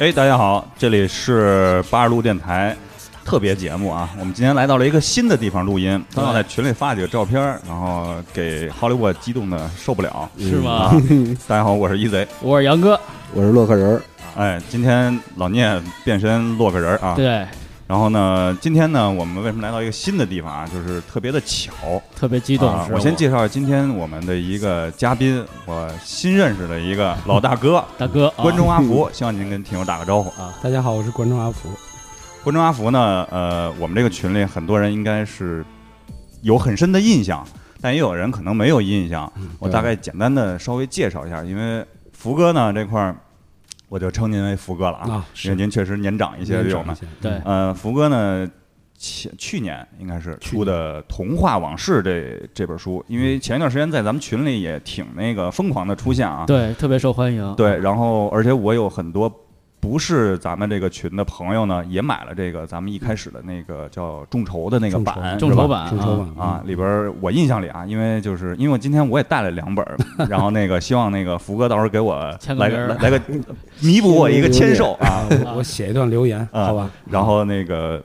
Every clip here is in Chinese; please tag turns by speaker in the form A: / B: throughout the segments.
A: 哎，大家好，这里是八十路电台特别节目啊！我们今天来到了一个新的地方录音，刚好在群里发了几个照片，然后给 Hollywood 激动的受不了。
B: 是吗
A: 啊？大家好，我是一贼。
B: 我是杨哥，
C: 我是洛克人儿，
A: 哎，今天老聂变身洛克人儿啊。
B: 啊对，
A: 然后呢，今天呢，我们为什么来到一个新的地方啊？就是特别的巧。
B: 特别激动
A: 啊。
B: 是
A: 我先介绍今天我们的一个嘉宾，我新认识的一个老大哥，
B: 大哥，啊
A: 观众阿 福，希望您跟听友打个招呼。
C: 大家好，我是观众阿福。
A: 观众阿福呢，呃，我们这个群里很多人应该是有很深的印象，但也有人可能没有印象。我大概简单的稍微介绍一下，因为福哥呢这块儿，我就称您为福哥了啊，
C: 啊，
A: 因为您确实年长一些，对我们。
B: 对，
A: 呃，福哥呢，前去年应该是出的《童话往事这》这本书，因为前一段时间在咱们群里也挺那个疯狂的出现啊，
B: 对，特别受欢迎，
A: 对，然后而且我有很多不是咱们这个群的朋友呢，也买了这个咱们一开始的那个叫众筹的那个
C: 众筹
A: 版，
B: 众
A: 是吧
B: 筹版
C: 众筹
B: 啊，
C: 版嗯
A: 啊，，里边儿我印象里啊，因为就是因为我今天我也带了两 本儿，然后那个希望那个福哥到时候给我
B: 签个
A: 来
B: 名
A: 个
B: 儿
A: 来来个弥补我一个签 售啊，
C: 啊，我我写一段留言，
A: 啊
C: 好吧？
A: 然后那个。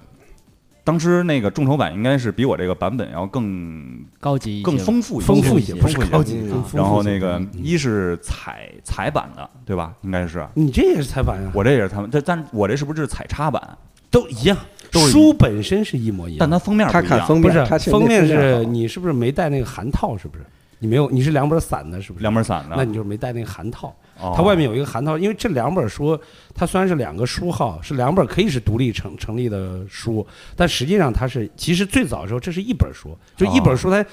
A: 当时那个众筹版应该是比我这个版本要更
B: 高级一些
A: 更丰富一些
B: 丰
C: 富一些
A: 些，
C: 不
A: 丰
C: 是
A: 富一
C: 高
A: 些。
C: 级
B: 嗯
C: 更丰富
A: 啊然后那
C: 一些嗯
A: 个一是彩彩版的，对吧？应该是，啊
C: 你这也是采访呀，
A: 我这也是他们，但但我这是不是彩插版？
C: 都一样，
A: 都是一
C: 书本身是一模一样，
A: 但它封面
D: 他
A: 不一样
D: 看封
C: 不
D: 面，
C: 是
D: 他
C: 封面是
D: 好
C: 你是不是没带那个函套？是不是？你没有，你是两本散的，是不是？
A: 两本散的，
C: 那你就是没带那个函套，
A: 哦
C: 它外面有一个函套，因为这两本书，它虽然是两个书号，是两本可以是独立成成立的书，但实际上它是其实最早的时候这是一本书，就一
A: 哦
C: 本书它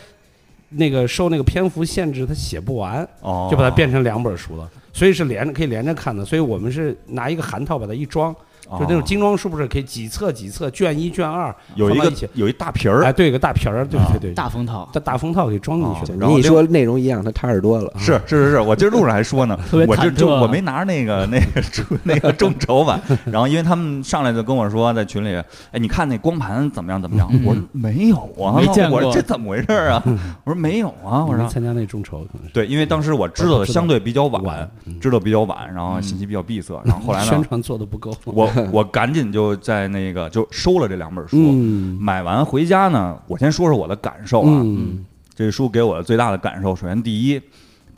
C: 那个受那个篇幅限制，它写不完，
A: 哦，
C: 就把它变成两本书了，所以是连着可以连着看的，所以我们是拿一个函套把它一装，
A: 哦
C: 就那种精装书不是可以几册几册，卷一卷二，
A: 有一
C: 放到一起
A: 个有一大皮儿
C: 哎，对，有个大皮儿，对
A: 啊
C: 对对，
B: 大封套，
C: 大大封套给装进
A: 哦
C: 去的。
A: 然后
D: 你一
A: 另外
D: 说内容一样，他踏实多了。
A: 是是是是，我今儿路上还说呢
B: 特别，
A: 我这
B: 忐忑
A: 就我没拿那个那个出那个众筹版，然后因为他们上来就跟我说在群里，哎，你看那光盘怎么样怎么样？
B: 嗯
A: 我说没有啊，
B: 没见过
A: 我说这怎么回事儿啊？我说没有啊，我
C: 嗯你没
A: 说
C: 参加那众筹可能是
A: 对，因为当时我知道的相对比较晚
C: 晚，，嗯
A: 知道比较晚，然后信息比较闭塞，然后后来
C: 宣
A: 呢，
C: 传做的不够。
A: 我我赶紧就在那个就收了这两本书，
C: 嗯
A: 买完回家呢，我先说说我的感受啊。
C: 嗯
A: 这书给我的最大的感受，首先第一，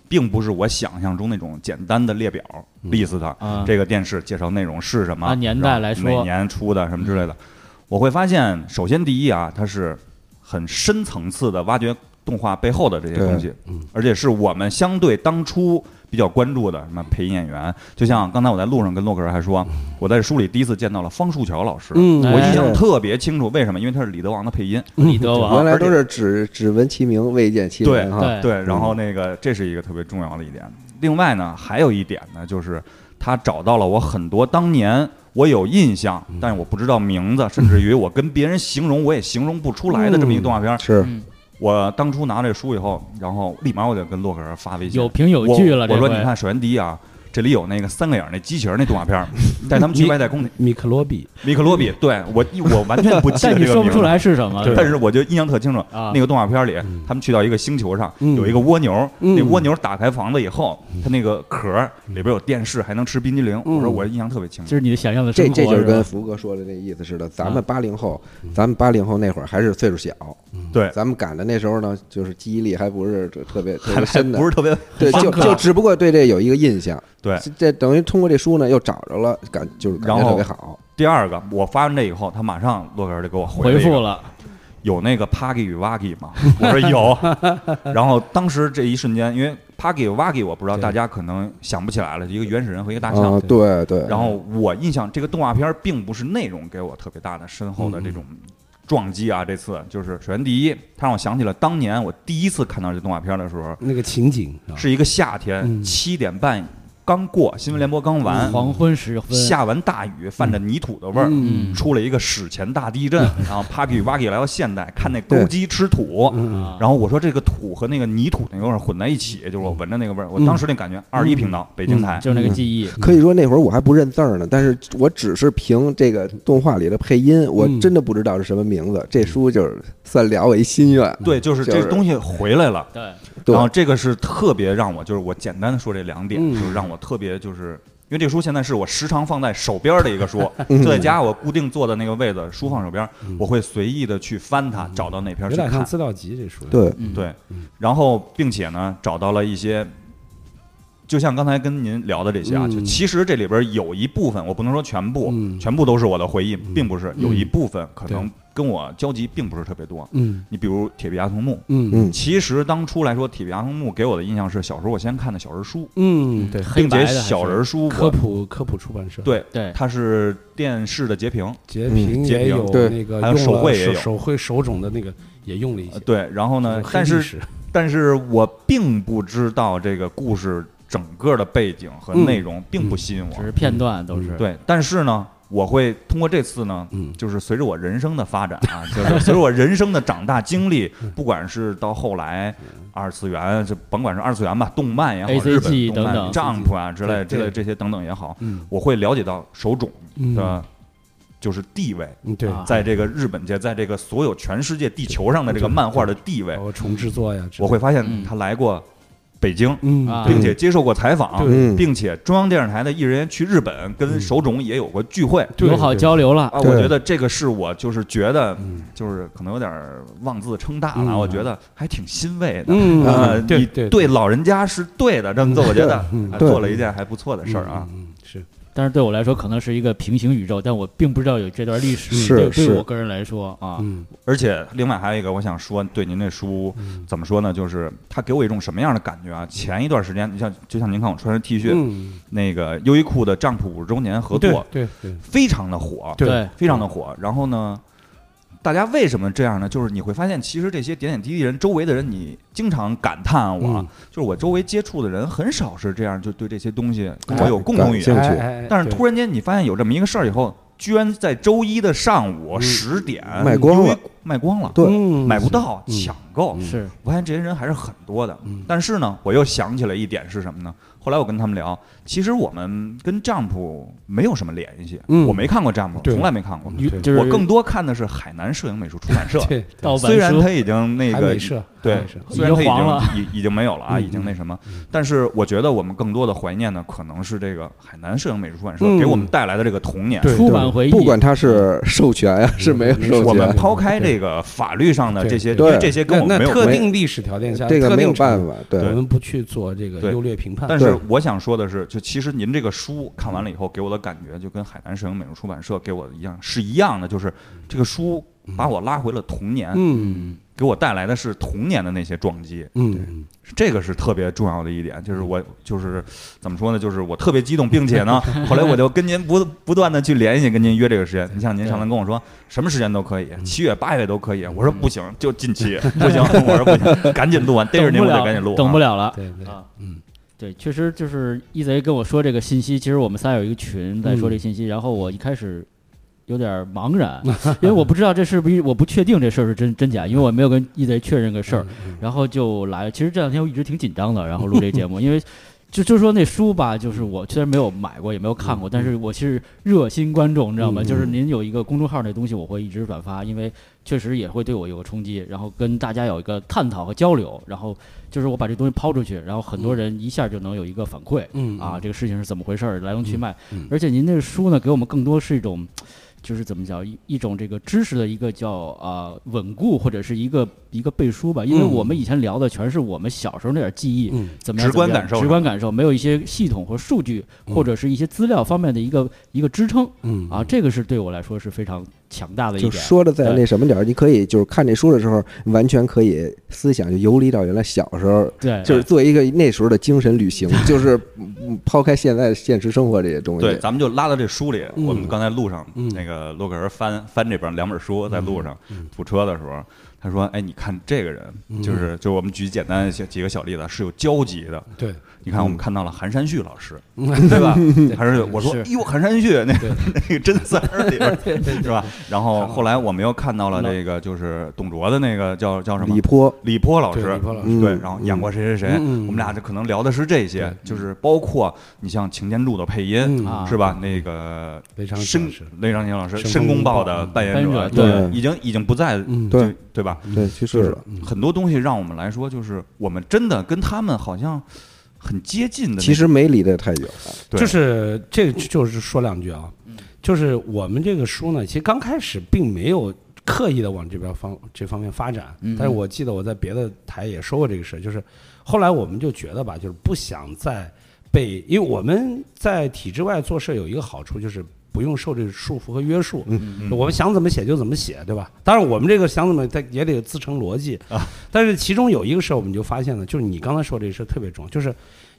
A: 并不是我想象中那种简单的列表
C: 嗯
A: list 的，
B: 啊，
A: 这个电视介绍内容是什么，
B: 按年代来说
A: 然后每年出的什么之类的，我会发现，首先第一啊，它是很深层次的挖掘动画背后的这些东西，
C: 嗯
A: 而且是我们相对当初比较关注的什么配音演员，就像刚才我在路上跟洛克人还说，我在书里第一次见到了方树桥老师，
C: 嗯
A: 我印
B: 哎
A: 象特别清楚，为什么？因为他是李德王的配音。
B: 李德王
D: 啊原来都是只只闻其名未见其
A: 啊对
D: 人哈。
A: 对，然后那个这是一个特别重要的一点。另外呢，还有一点呢，就是他找到了我很多当年我有印象，但是我不知道名字，甚至于我跟别人形容我也形容不出来的这么一个动画片儿。
D: 是
B: 嗯
A: 我当初拿这书以后，然后立马我就跟洛克人发微信，
B: 有凭有据了，
A: 我
B: 这
A: 我
B: 回
A: 说你看，首先第一啊。这里有那个三个眼儿那机器人那动画片儿，带他们去
C: 你
A: 外太空，
C: 米克罗比，
A: 米克罗比，对我我完全不记得
B: 但
A: 这
B: 你
A: 个
B: 说不
A: 名
B: 出
A: 字
B: 来啊是什么，
A: 但是我就印象特清楚，
B: 啊
A: 那个动画片里
C: 嗯，
A: 他们去到一个星球上，
C: 嗯
A: 有一个蜗牛，
C: 嗯
A: 那蜗牛打开房子以后，它那个壳儿里边有电视，还能吃冰激凌。我说我印象特别清楚，
B: 这是你的想象的生
D: 这
B: 活，
D: 这就是跟
B: 吧
D: 福哥说的那意思似的，咱
B: 啊
A: 嗯
D: 们八零后，
C: 嗯
D: 咱们八零后那会儿还是岁数小，
A: 对，
D: 咱们赶的那时候呢，就是记忆力还不是特别特
A: 还
D: 别
A: 还
D: 深的
A: 不，是特别
D: 对，
B: 深
D: 就
B: 刻
D: 就只不过对这有一个印象，
A: 对。
D: 这这等于通过这书呢又找着了，感就是感
A: 然
D: 觉
A: 后
D: 特别好。
A: 第二个，我发完这以后，他马上洛克人就给我
B: 回
A: 复
B: 复
A: 了，
B: 了，
A: 有那个 Pagi 与 Wagi 吗？我说有。 然后当时这一瞬间，因为 Pagi 与 Wagi 我不知道
C: 对
A: 大家可能想不起来了，一个原始人和一个大象
D: 啊，。对对。
A: 然后我印象这个动画片儿并不是内容给我特别大的深厚的这种撞击啊，这次就是首先第一，它让我想起了当年我第一次看到这动画片儿的时候，
C: 那个情景啊
A: 是一个夏天
C: 嗯
A: 七点半刚过，新闻联播刚完，
B: 黄昏时分，
A: 下完大雨，泛着泥土的味儿。
C: 嗯
B: 嗯
A: 出了一个史前大地震，然后 Papi 与 Wagi 来到现代，看那公鸡吃土，
C: 嗯
B: 啊
A: 然后我说这个土和那个泥土那个味儿混在一起，就是我闻着那个味儿，我当时那感觉，二十一频道，北京台，
B: 就是那个记
A: 嗯
B: 忆，
D: 可以说那会儿我还不认字儿呢，但是我只是凭这个动画里的配音，我
C: 嗯
D: 真的不知道是什么名字。这书就是算了我一心愿。
A: 对，就是
D: 就
A: 这
D: 是
A: 东西回来了。
B: 对，
D: 对
A: 然后这个是特别让我，就是我简单的说这两点，
C: 嗯
A: 就是让我特别就是因为这个书现在是我时常放在手边儿的一个书，
D: 嗯
A: 就在家我固定坐的那个位子，书放手边儿，
C: 嗯
A: 我会随意的去翻它，找到哪篇
C: 有
A: 去
C: 点像
A: 看。
C: 资料集这书。，
D: 对，
B: 嗯，
A: 对，然后并且呢，找到了一些，就像刚才跟您聊的这些啊，
C: 嗯
A: 就其实这里边有一部分，我不能说全部，
C: 嗯
A: 全部都是我的回忆，并不是，有一部分可
C: 对
A: 能跟我交集并不是特别多。
C: 嗯
A: 你比如《铁臂阿童木》，
C: 嗯
D: 嗯
A: 其实当初来说，《铁臂阿童木》给我的印象是小时候我先看的小人书，
C: 嗯，对，
B: 黑
A: 并
B: 白
A: 且
B: 的还是
A: 小人书
C: 科
A: 我
C: 普科普出版社，
A: 对嗯
B: 对，
A: 它是电视的截屏，
C: 截屏也有
D: 对
C: 那个
A: 还
C: 用
A: 有
C: 了
A: 手绘也有
C: 手绘手冢的那个也用了一些
A: 呃。对，然后呢，但是但是我并不知道这个故事整个的背景和内容，并不吸引我
B: 嗯只。是片段都是。
A: 嗯对，但是呢，我会通过这次呢，
C: 嗯
A: 就是随着我人生的发展 啊，就是随着我人生的长大经历，
B: 嗯
A: 不管是到后来二次元，就甭管是二次元吧，动漫也好，
B: ACG
A: 日本动
B: 等
A: 漫
B: 等
A: Jump 啊之类
C: 对
A: 之类这些等等也好，
C: 嗯
A: 我会了解到手冢
C: 嗯
A: 的，就是地位。
C: 嗯对，
B: 啊
A: 在这个日本界，在这个所有全世界地球上的这个漫画的地位
C: 包，括重制作呀，
A: 我会发现
B: 嗯
A: 他来过北京，
C: 嗯
B: 啊
A: 并且接受过采访，
C: 对
D: 嗯，
A: 并且中央电视台的艺人去日本跟手冢也有过聚会。
C: 对
B: 友好
C: 对
B: 交流了，
A: 啊，
D: 对
A: 我觉得这个是我就是觉得
C: 嗯
A: 就是可能有点妄自称大了，
C: 嗯
A: 我觉得还挺欣慰的。
C: 嗯
A: 啊，
C: 对
A: 你
C: 对
A: 对老人家是对的，这么做我觉得
C: 嗯
A: 啊
D: 对
A: 做了一件还不错的事儿啊。
C: 嗯，嗯嗯是
B: 但是对我来说可能是一个平行宇宙，但我并不知道有这段历史。
D: 是
B: 对，对
D: 是
B: 我个人来说啊，
C: 嗯
A: 而且另外还有一个，我想说，对您那书
C: 嗯
A: 怎么说呢？就是它给我一种什么样的感觉啊？前一段时间，你像就像您看我穿着 T 恤，
C: 嗯
A: 那个优衣库的 Jump 五十周年合作，
C: 对对
A: 非常的火，
C: 对
B: 对，
A: 非常的火。然后呢，大家为什么这样呢？就是你会发现，其实这些点点滴滴人，周围的人，你经常感叹我，啊
C: 嗯
A: 就是我周围接触的人很少是这样，就对这些东西跟
D: 哎
A: 我有共同语
D: 感兴
A: 言。
D: 趣
C: 哎哎哎
A: 但是
C: 对
A: 突然间你发现有这么一个事儿以后，居然在周一的上午
C: 嗯
A: 十点
D: 卖光了
A: 由于卖光了，
D: 对
C: 嗯
A: 买不到，
C: 嗯
A: 抢购。
B: 是
A: 我发现这些人还是很多的。
C: 嗯
A: 但是呢，我又想起了一点是什么呢？后来我跟他们聊，其实我们跟 Jump 没有什么联系，
C: 嗯
A: 我没看过 Jump，
C: 对
A: 从来没看过。
C: 对，
B: 就
A: 我
B: 是
A: 更多看的是海南摄影美术出版社
C: 对
B: 盗版
A: 虽然
B: 书
A: 它已经那
C: 海
A: 个
C: 美社海
A: 对
C: 美社，
A: 虽然它
B: 已经黄了
A: 已经已已经没有了啊，
C: 嗯
A: 已经那什么
C: 嗯，
A: 但是我觉得我们更多的怀念呢，可能是这个海南摄影美术出版社
C: 嗯
A: 给我们带来的这个童年。
C: 对
B: 出版回忆，
D: 不管它是 授权呀，是没有授
A: 我们
D: 权，
A: 抛开这个法律上的这些，因
D: 对
A: 为这些跟我们
C: 那
A: 没
C: 那
A: 有
C: 特
A: 关系。
C: 定历史条件下，
D: 这个
C: 特
D: 没
C: 定
D: 有办
C: 程度，
D: 法，对
C: 我，们不去做这个
A: 对
C: 优劣评判。
A: 但是
D: 对
A: 我想说的是，就其实您这个书看完了以后，给我的感觉就跟海南摄影美术出版社给我的一样是一样的，就是这个书把我拉回了童年，
C: 嗯
A: 给我带来的是童年的那些撞击，
C: 嗯，
A: 这个是特别重要的一点。就是我就是怎么说呢，就是我特别激动，并且呢，后来我就跟您不不断的去联系，跟您约这个时间。你像您上次跟我说什么时间都可以，七月八月都可以，我说不行，就近期不行，我说不行，赶紧录完，逮着
B: 等
A: 您
B: 不
A: 我
B: 了，
A: 就赶紧录啊，
B: 等不了了。
C: 对对，
B: 啊，
C: 嗯，
B: 对，确实就是一贼跟我说这个信息，其实我们仨有一个群在说这个信息，然后我一开始。有点茫然，因为我不知道这是不是我不确定这事儿是真真假，因为我没有跟一贼确认个事儿，
C: 嗯
B: 然后就来了。其实这两天我一直挺紧张的，然后录这节 目，因为就就说那书吧，就是我虽然没有买过，也没有看过，但是我是热心观众，你知道吗？
C: 嗯
B: 就是您有一个公众号那东西，我会一直转发，因为确实也会对我有个冲击，然后跟大家有一个探讨和交流，然后就是我把这东西抛出去，然后很多人一下就能有一个反馈，
C: 嗯
B: 啊，，这个事情是怎么回事儿，来龙去脉。
C: 嗯嗯
B: 而且您这个书呢，给我们更多是一种，就是怎么讲，一一种这个知识的一个叫啊、稳固，或者是一个一个背书吧。因为
C: 嗯
B: 我们以前聊的全是我们小时候那点记忆，
C: 嗯
B: 怎么样
A: 直观
B: 怎么样
A: 感受
B: 直观感受，没有一些系统和数据
C: 嗯
B: 或者是一些资料方面的一个一个支撑
C: 嗯
B: 啊，这个是对我来说是非常强大的一
D: 就
B: 点。
D: 说的再
B: 对
D: 那什么点儿，你可以就是看这书的时候，完全可以思想就游离到原来小时候，
B: 对，
D: 就是做一个那时候的精神旅行，就是嗯抛开现在的现实生活这些东西。
A: 对，咱们就拉到这书里。
C: 嗯
A: 我们刚才路上，
C: 嗯
A: 那个洛克人翻翻这本两本书，在路上堵车的时候，他说：“哎，你看这个
C: 嗯
A: 人，就是就我们举简单的几几个小例子，是有交集的。
C: 对，
A: 你看，我们看到了韩山旭老 师，
C: 嗯
A: 对吧？韩 山旭，我说，
B: 是
A: 哎呦，韩山旭那
C: 对
A: 个那个真三儿里边是吧？然后
C: 韩老
A: 后来我们又看到了这个，就是董卓的那个叫叫什么
D: 李波，
A: 李波老
C: 对
A: 师
C: 李波老，师
A: 嗯对，
D: 嗯
A: 然后演过谁谁谁，
C: 嗯嗯
A: 我们俩就可能聊的是这些
C: 对，
A: 就是包括你像擎天柱的配音
C: 嗯
B: 啊
A: 是吧？那个
C: 雷长
A: 申
C: 是，
A: 雷长杰老师
C: 申
A: 申
C: 公
A: 公豹
C: 豹
A: 的
C: 嗯
A: 扮演者，
B: 扮演者
D: 对
A: 已经已经不在，
C: 嗯
D: 对
A: 就对吧？
D: 对，去世
A: 就是
D: 了。
A: 很多东西让我们来说，就是我们真的跟他们好像很接近的那种。
D: 其实没离得太久，
A: 对
C: 就是这个就是说两句啊，就是我们这个书呢，其实刚开始并没有刻意的往这边方这方面发展，
B: 嗯
C: 但是我记得我在别的台也说过这个事儿，就是后来我们就觉得吧，就是不想再被，因为我们在体制外做事有一个好处就是。不用受这个束缚和约束，
A: 嗯
C: 我们想怎么写就怎么写，对吧？当然，我们这个想怎么，它也得自成逻辑。
A: 啊、
C: 但是其中有一个事儿，我们就发现了，就是你刚才说这个事儿特别重要，就是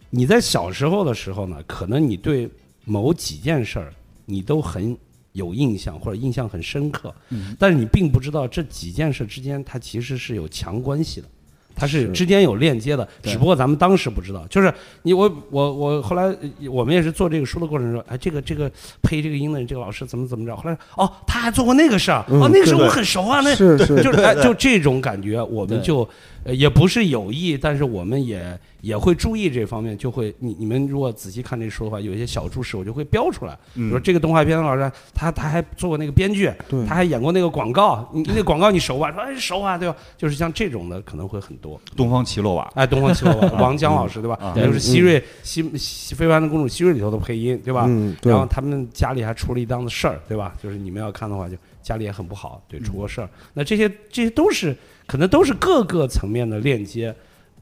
C: 你在小时候的时候呢，可能你对某几件事儿你都很有印象，或者印象很深刻，
B: 嗯
C: 但是你并不知道这几件事之间它其实是有强关系的。它是
D: 是
C: 之间有链接的，
B: 对
C: 只不过咱们当时不知道。就是你我我我后来呃我们也是做这个书的过程中，哎，这个这个配这个音的人这个老师怎么怎么着？后来哦，他还做过那个事儿，
D: 嗯
C: 哦，那个事儿
A: 对
C: 我很熟啊，那
D: 是是，
C: 就是哎，就这种感觉，我们
B: 对
C: 就呃也不是有意，但是我们也也会注意这方面，就会你你们如果仔细看这书的话，有一些小注释我就会标出来，比
A: 嗯
C: 如说这个动画片的老师，他他还做过那个编剧，
D: 对
C: 他还演过那个广告，你那广告你熟吧？说哎熟啊，对吧？就是像这种的可能会很多。
A: 东方奇洛瓦，
C: 哎，东方奇洛瓦、王江老师对吧？
A: 啊
C: 还有是
D: 嗯
C: 希瑞希希非凡的公主希瑞里头的配音对吧？
D: 嗯，对
C: 然，后他们家里还出了一档子事儿，对吧？就是你们要看的话，就家里也很不好，对，
A: 嗯
C: 出过事儿。那这些这些都是可能都是各个层面的链接，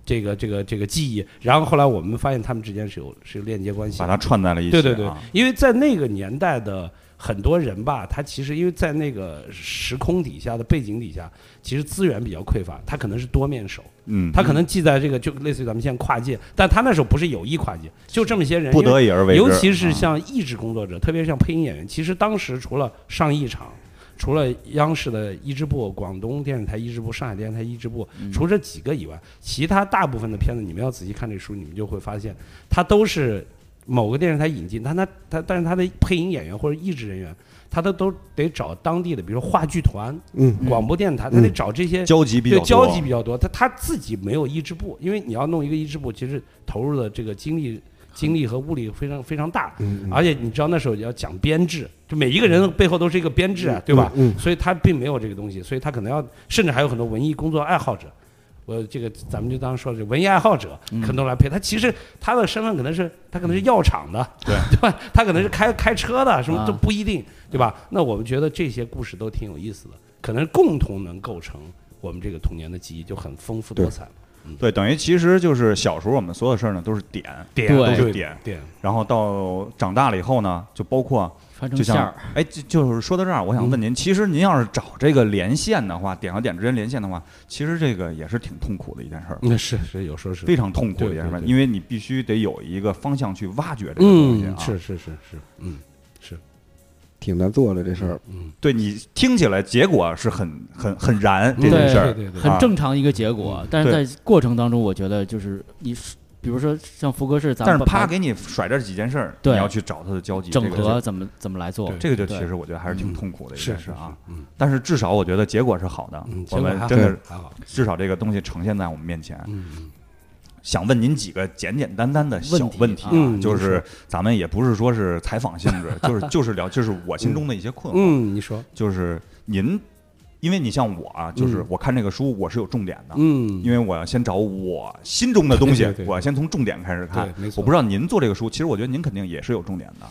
C: 这个这个这个记忆。然后后来我们发现他们之间是有是有链接关系
A: 把
C: 的，
A: 它串在了一起、
C: 对
A: 啊。
C: 对对，因为在那个年代的很多人吧，他其实因为在那个时空底下的背景底下，其实资源比较匮乏，他可能是多面手，
A: 嗯，
C: 他可能记在这个就类似于咱们现在跨界，但他那时候不是有意跨界，就这么些人
A: 不
C: 因为
A: 得已而为之。嗯
C: 尤其是
A: 啊
C: 像译制工作者，特别是像配音演员，其实当时除了上译场，除了央视的译制部、广东电视台译制部、上海电视台译制部，
A: 嗯
C: 除这几个以外，其他大部分的片子，你们要仔细看这书，你们就会发现，它都是某个电视台引进，但它它但是它的配音演员或者译制人员，他都都得找当地的，比如说话剧团、
D: 嗯，
C: 广播电台，他得找这些
A: 交集比较
C: 对
A: 多，
C: 交集比较多，他他自己没有医治部，因为你要弄一个医治部，其实投入的这个精力、精力和物力非常非常大，
D: 嗯嗯
C: 而且你知道那时候也要讲编制，就每一个人背后都是一个编制啊，对吧？
D: 嗯，
C: 所以他并没有这个东西，所以他可能要，甚至还有很多文艺工作爱好者，我这个咱们就当说是文艺爱好者，
A: 嗯
C: 可能都来配。他其实他的身份可能是他可能是药厂的，
A: 对
C: 对吧？他可能是开开车的，什么
B: 啊
C: 都不一定，对吧？那我们觉得这些故事都挺有意思的，可能共同能构成我们这个童年的记忆，就很丰富多彩。
A: 对，等于其实就是小时候我们所有事儿呢都是点，
C: 点
B: 对
A: 都
B: 对
A: 是
C: 对
A: 点，
C: 点，
A: 然后到长大了以后呢，就包括
B: 穿成
A: 就
B: 线
A: 像
B: 儿，
A: 哎，就就是说到这儿，我想问
C: 嗯
A: 您，其实您要是找这个连线的话，点和点之间连线的话，其实这个也是挺痛苦的一件事儿，
C: 那嗯是是有时候是，
A: 非常痛苦的一
C: 对
A: 件事儿，
C: 对对
A: 因为你必须得有一个方向去挖掘这个东西
C: 嗯
A: 啊，。
C: 是是是是，嗯
D: 挺难做的这事儿，
C: 嗯，
A: 对你听起来结果是很很很燃这
B: 对
A: 件事儿，
C: 嗯对对对
A: 啊
B: 很正常一个结果。但是
A: 对
B: 在过程当中，我觉得就是你是，比如说像福哥是咱
A: 但
B: 们
A: 是
B: 把
A: 啪给你甩这几件事儿，你
B: 对
A: 要去找它的交集，
B: 整
A: 这个
B: 合
A: 就
B: 怎么怎么来做
C: 对，嗯
A: 这个就其
B: 对
A: 实我觉得还是挺痛苦的一
C: 是
A: 件
C: 是
A: 事啊。，
C: 嗯
A: 但是至少我觉得结果是好的
C: 嗯，，
A: 我
C: 结果还
A: 们
C: 好
A: 真的
C: 还好，
A: 至少这个东西呈现在我们面前。
C: 嗯。
A: 想问您几个简简单单的小问题啊，
C: 问题嗯
A: 就是咱们也不是说是采访性 质，就是就是聊，就是我心中的一些困惑，
C: 嗯，你说，
A: 就是您，因为你像我啊，就是
C: 嗯
A: 我看这个书我是有重点的，
C: 嗯，
A: 因为我要先找我心中的东西，
C: 对对对
A: 我要先从重点开始看
C: 对，。没错，
A: 我不知道您做这个书，其实我觉得您肯定也是有重点的，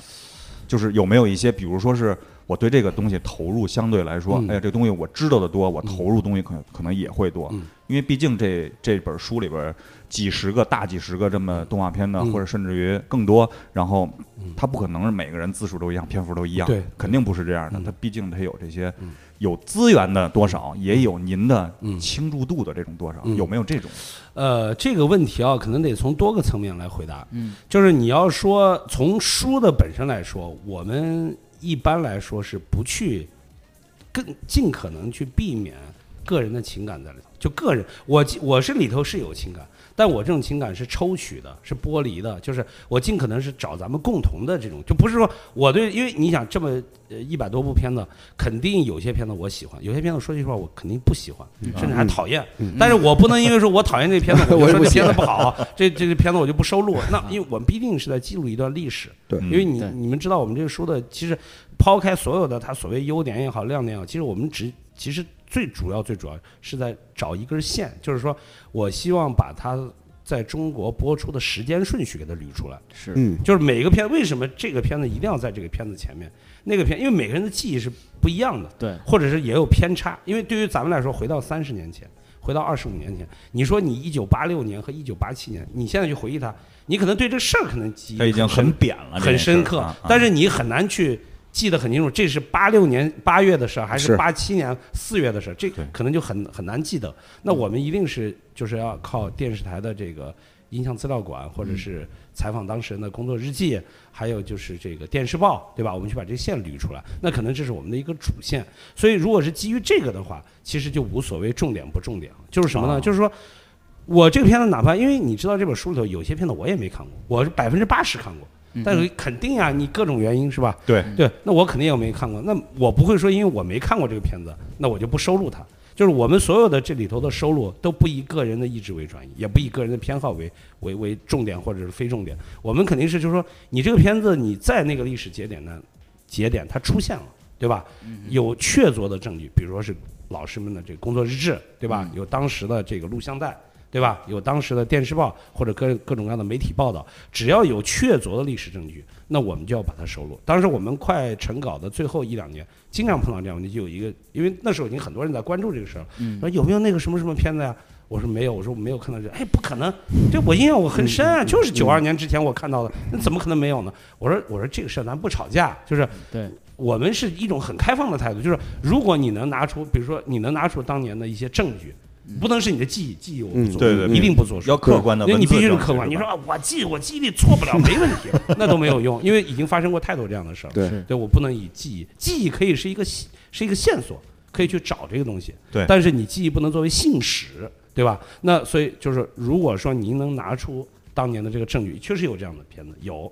A: 就是有没有一些，比如说是我对这个东西投入相对来说，
C: 嗯
A: 哎呀，这个东西我知道的多，我投入东西可能可能也会多，
C: 嗯
A: 因为毕竟这这本书里边几十个大几十个这么动画片呢，
C: 嗯
A: 或者甚至于更多，然后
C: 嗯
A: 它不可能是每个人字数都一样，篇幅都一样，
C: 对
A: 肯定不是这样的，
C: 嗯
A: 它毕竟它有这些
C: 嗯
A: 有资源的多少，也有您的
C: 嗯
A: 倾注度的这种多少，
C: 嗯
A: 有没有这种？
C: 呃，这个问题啊，可能得从多个层面来回答。
B: 嗯，
C: 就是你要说从书的本身来说，我们一般来说是不去更尽可能去避免个人的情感在里头。就个人，我我是里头是有情感，但我这种情感是抽取的，是剥离的，就是我尽可能是找咱们共同的这种，就不是说我对，因为你想这么呃一百多部片子，肯定有些片子我喜欢，有些片子说句实话我肯定不喜欢，甚至还讨厌。但是我不能因为说我讨厌这片子，嗯 我就说这片子不好，这这这片子我就不收录。那因为我们毕竟是在记录一段历史，因为
A: 嗯
C: 你
B: 对
C: 你们知道，我们这个书的其实抛开所有的它所谓优点也好、亮点也好，其实我们只其实最主要最主要是在找一根线，就是说我希望把它在中国播出的时间顺序给它捋出来。
B: 是
D: 嗯，
C: 就是每个片为什么这个片子一定要在这个片子前面，那个片，因为每个人的记忆是不一样的，
B: 对，
C: 或者是也有偏差。因为对于咱们来说，回到三十年前，回到二十五年前，你说你一九八六年和一九八七年，你现在去回忆它，你可能对这个事儿可能记忆
A: 他已经
C: 很
A: 很
C: 深
A: 扁了，这
C: 很
A: 件事儿
C: 深刻
A: 啊，啊
C: 但是你很难去记得很清楚，这是八六年八月的事儿，还是
D: 是
C: 八七年四月的事儿，这
A: 对嗯
C: 可能就很很难记得。那我们一定是就是要靠电视台的这个音像资料馆，或
A: 嗯
C: 者是采访当事人的工作日记，还有就是这个电视报，对吧？我们去把这线捋出来，那可能这是我们的一个主线。所以，如果是基于这个的话，其实就无所谓重点不重点了，就是什么呢？
A: 哦
C: 就是说。我这个片子，哪怕因为你知道这本书里头有些片子我也没看过，我是百分之八十看过，但是肯定呀、你各种原因是吧？
A: 对
C: 对，那我肯定也没看过，那我不会说因为我没看过这个片子，那我就不收录它。就是我们所有的这里头的收录都不以个人的意志为转移，也不以个人的偏好为为为重点或者是非重点。我们肯定是就是说，你这个片子你在那个历史节点呢，节点它出现了，对吧？有确凿的证据，比如说是老师们的这个工作日志，对吧？有当时的这个录像带，对吧？有当时的电视报或者各各种各样的媒体报道，只要有确凿的历史证据，那我们就要把它收录。当时我们快成稿的最后一两年，经常碰到这样的问题，就有一个，因为那时候已经很多人在关注这个事儿了，说有没有那个什么什么片子呀？我说没有，我说我没有看到这，哎，不可能，这我印象我很深啊，就是九二年之前我看到的，那怎么可能没有呢？我说我说这个事儿咱不吵架，就是
B: 对，
C: 我们是一种很开放的态度，就是如果你能拿出，比如说你能拿出当年的一些证据，不能是你的记忆，记忆我不
D: 嗯
C: 做，
A: 对对对
C: 一定不作数
A: 要。客观的
C: 因为
A: 文
C: 你
A: 字
C: 必
A: 证据，
C: 须是客观，你
A: 是
C: 说
A: 吧
C: 啊，我记我记忆力错不了，没问题， 那都没有用，因为已经发生过太多这样的事儿了。
D: 对
B: 是
C: 对我不能以记忆，记忆可以是一个细是一个线索，可以去找这个东西。
A: 对
C: 但是你记忆不能作为信使，对吧？那所以就是，如果说您能拿出当年的这个证据，确实有这样的片子，有。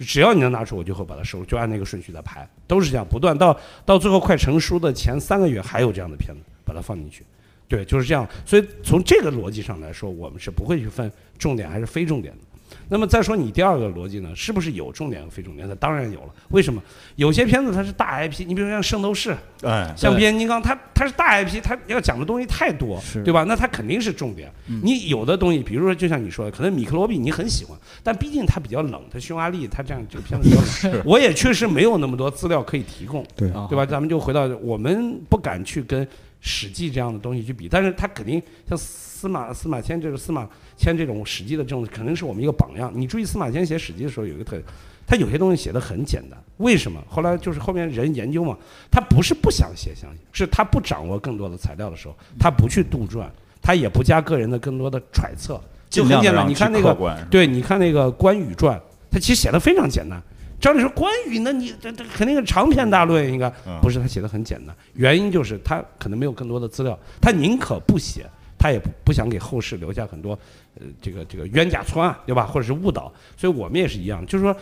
C: 只要你能拿出，我就会把它收入，就按那个顺序在排，都是这样，不断到到最后快成书的前三个月，还有这样的片子，把它放进去。对，就是这样。所以从这个逻辑上来说，我们是不会去分重点还是非重点的。那么再说你第二个逻辑呢，是不是有重点和非重点？那当然有了。为什么？有些片子它是大 IP，你比如说像《圣斗士》，
A: 哎，
C: 像
B: 对
C: 变形金刚，它它是大 IP，它要讲的东西太多
B: 是，嗯
C: 对吧？那它肯定是重点。你有的东西，比如说就像你说的，可能米克罗比你很喜欢，但毕竟它比较冷，它匈牙利，它这样这个片子比 较冷。我也确实没有那么多资料可以提供，
D: 对
B: 啊
C: 对吧？咱们就回到我们不敢去跟《史记》这样的东西去比，但是它肯定像司马司马迁这个司马迁这种《史记》的这种，肯定是我们一个榜样。你注意司马迁写《史记》的时候有一个特点，他有些东西写的很简单，为什么？后来就是后面人研究嘛，他不是不想写详细，是他不掌握更多的材料的时候，他不去杜撰，他也不加个人的更多的揣测，就
A: 尽
C: 很
A: 量地
C: 简单。
A: 让
C: 你
A: 其
C: 看那
A: 客
C: 个
A: 观是吧
C: 对，你看那个《关羽传》，他其实写的非常简单。照理说，关羽那你这这肯定是长篇大论，应该
A: 嗯
C: 不是他写的很简单。原因就是他可能没有更多的资料，他宁可不写，他也不不想给后世留下很多呃这个这个冤假错案，对吧？或者是误导。所以我们也是一样，就是说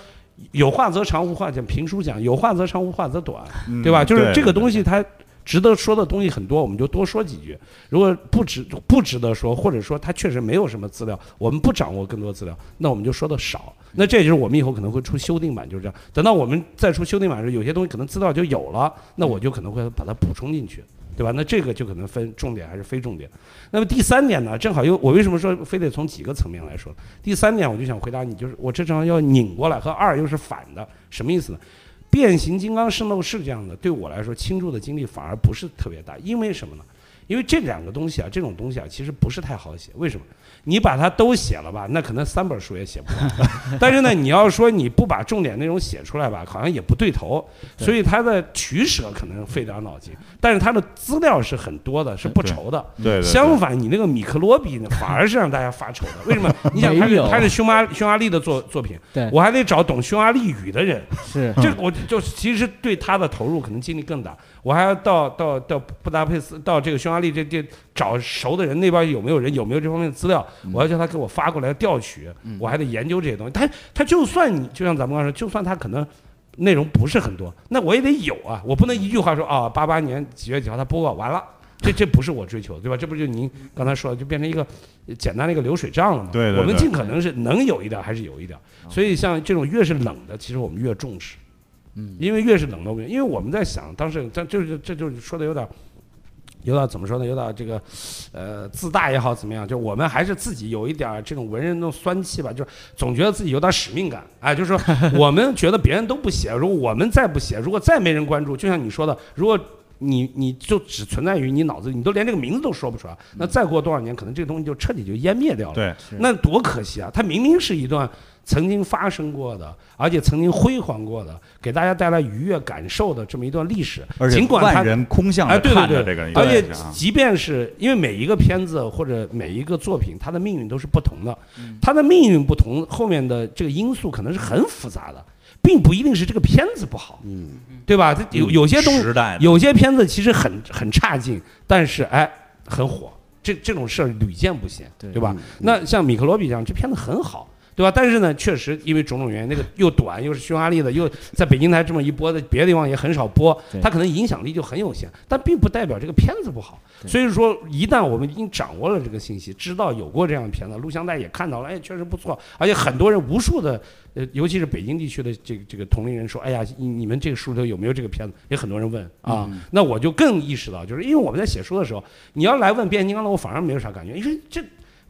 C: 有话则长，无话讲。评书讲有话则长，无话则短，
A: 嗯
C: 对吧？就是这个
A: 对
C: 东西它值得说的东西很多，我们就多说几句。如果不值不值得说，或者说它确实没有什么资料，我们不掌握更多资料，那我们就说的少。那这也就是我们以后可能会出修订版，就是这样。等到我们再出修订版的时候，有些东西可能资料就有了，那我就可能会把它补充进去，对吧？那这个就可能分重点还是非重点。那么第三点呢，正好又我为什么说非得从几个层面来说？第三点我就想回答你，就是我这正好要拧过来，和二又是反的，什么意思呢？变形金刚、圣斗士这样的，对我来说倾注的精力反而不是特别大，因为什么呢？因为这两个东西啊，这种东西啊，其实不是太好写。为什么？你把它都写了吧，那 可能三本书也写不完。但是呢，你要说你不把重点内容写出来吧，好像也不对头。
B: 对
C: 所以它的取舍可能费点脑筋，但是它的资料是很多的，是不愁的。
A: 对对
C: 相反，你那个米克罗比呢，反而是让大家发愁的。为什么？你想，他
B: 没
C: 是
B: 有
C: 他是匈牙匈牙利的作作品，
B: 对
C: 我还得找懂匈牙利语的人，
B: 是
C: 这我就其实对他的投入可能精力更大。我还要到到到布达佩斯，到这个匈牙利这这找熟的人，那边有没有人，有没有这方面的资料，我要叫他给我发过来调取，我还得研究这些东西。他他就算你就像咱们刚才说，就算他可能。内容不是很多，那我也得有啊，我不能一句话说啊，八、八年几月几号他播过完了，这这不是我追求的，对吧？这不就您刚才说的，就变成一个呃简单的一个流水账了嘛？
A: 对对
C: 我
A: 对
C: 们尽可能是能有一点还是有一点，所以像这种越是冷的，其实我们越重视。因为越是冷的，我们因为我们在想，当时咱就是这就是说的有点有点怎么说呢？有点这个，呃，自大也好，怎么样？就我们还是自己有一点儿这种文人的酸气吧，就是总觉得自己有点使命感。哎，就是说 我们觉得别人都不写，如果我们再不写，如果再没人关注，就像你说的，如果你你就只存在于你脑子里，你都连这个名字都说不出来，那再过多少年，可能这个东西就彻底就湮灭掉了。
A: 嗯对，
B: 是
C: 那多可惜啊！它明明是一段曾经发生过的，而且曾经辉煌过的，给大家带来愉悦感受的这么一段历史。
A: 而且
C: 尽管它
A: 万人空巷
C: 哎
A: 的
C: 对对
A: 看着
C: 对
A: 这个，
C: 而且
A: 也是啊
C: 即便是因为每一个片子或者每一个作品，它的命运都是不同的
B: 嗯，
C: 它的命运不同，后面的这个因素可能是很复杂的，并不一定是这个片子不好，
D: 嗯，
C: 对吧？它有有些东西，
A: 时代的
C: 有些片子其实很很差劲，但是哎很火，这这种事儿屡见不鲜，
B: 对
C: 对吧
D: 嗯？
C: 那像米克罗比这样，这片子很好。对吧？但是呢，确实因为种种原因，那个又短又是匈牙利的，又在北京台这么一播的，别的地方也很少播
B: 对，
C: 它可能影响力就很有限，但并不代表这个片子不好。
B: 对
C: 所以说，一旦我们已经掌握了这个信息，知道有过这样的片子，录像带也看到了，哎，确实不错，而且很多人无数的，呃，尤其是北京地区的这个这个同龄人说，哎呀，你你们这个书里头有没有这个片子？也很多人问啊。
B: 嗯
C: 那我就更意识到，就是因为我们在写书的时候，你要来问变形金刚的，我反而没有啥感觉，因为这。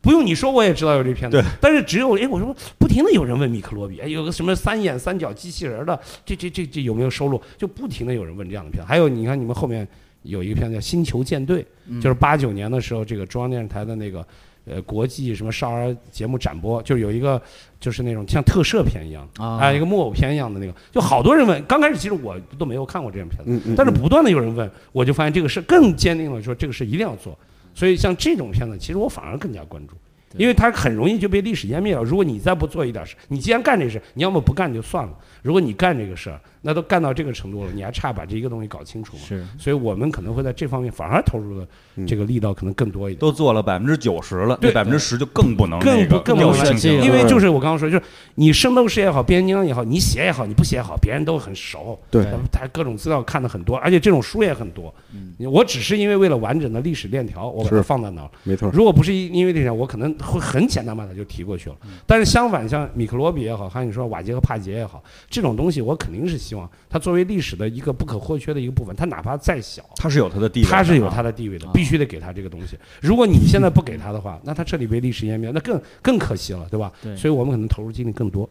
C: 不用你说，我也知道有这片子
A: 对。
C: 但是只有哎，我说不停的有人问米克罗比，哎，有个什么三眼三角机器人的，这这这这有没有收录？就不停的有人问这样的片子。还有你看，你们后面有一个片子叫《星球舰队》，就是八九年的时候，这个中央电视台的那个呃国际什么少儿节目展播，就有一个就是那种像特摄片一样，
B: 啊
C: 啊，一个木偶片一样的那个，就好多人问。刚开始其实我都没有看过这样片子，
D: 嗯嗯，
C: 但是不断的有人问，我就发现这个事更坚定了说这个事一定要做。所以像这种片子，其实我反而更加关注，
B: 对
C: 因为它很容易就被历史湮灭了。如果你再不做一点事，你既然干这事，你要么不干就算了。如果你干这个事儿，那都干到这个程度了，你还差把这一个东西搞清楚吗？
B: 是
C: 所以我们可能会在这方面反而投入的这个力道可能更多一点。
A: 都做了百分之九十了，
C: 对
A: 百分之十就更不能
C: 更
A: 那个
C: 不更
B: 不
A: 掉进
B: 能
A: 去
B: 这个
A: 了
C: 因为就是我刚刚说，就是你圣斗士也好，变形金刚也好，你写也好，你不写也好，别人都很熟，
D: 对
C: 他他各种资料看的很多，而且这种书也很多。
B: 嗯
C: 我只是因为为了完整的历史链条，我把它
D: 是
C: 放在那儿。
D: 没错，，
C: 如果不是因为这点，我可能会很简单把它就提过去了。
B: 嗯
C: 但是相反，像米克罗比也好，还有你说瓦杰和帕杰也好，这种东西我肯定是希望它作为历史的一个不可或缺的一个部分，它哪怕再小，
A: 它是有它的地位的啊，
C: 他是有他的地位的
B: 啊，
C: 必须得给他这个东西。如果你现在不给他的话，那他彻底被历史湮灭，那更更可惜了，对吧？
B: 对
C: 所以我们可能投入精力更多。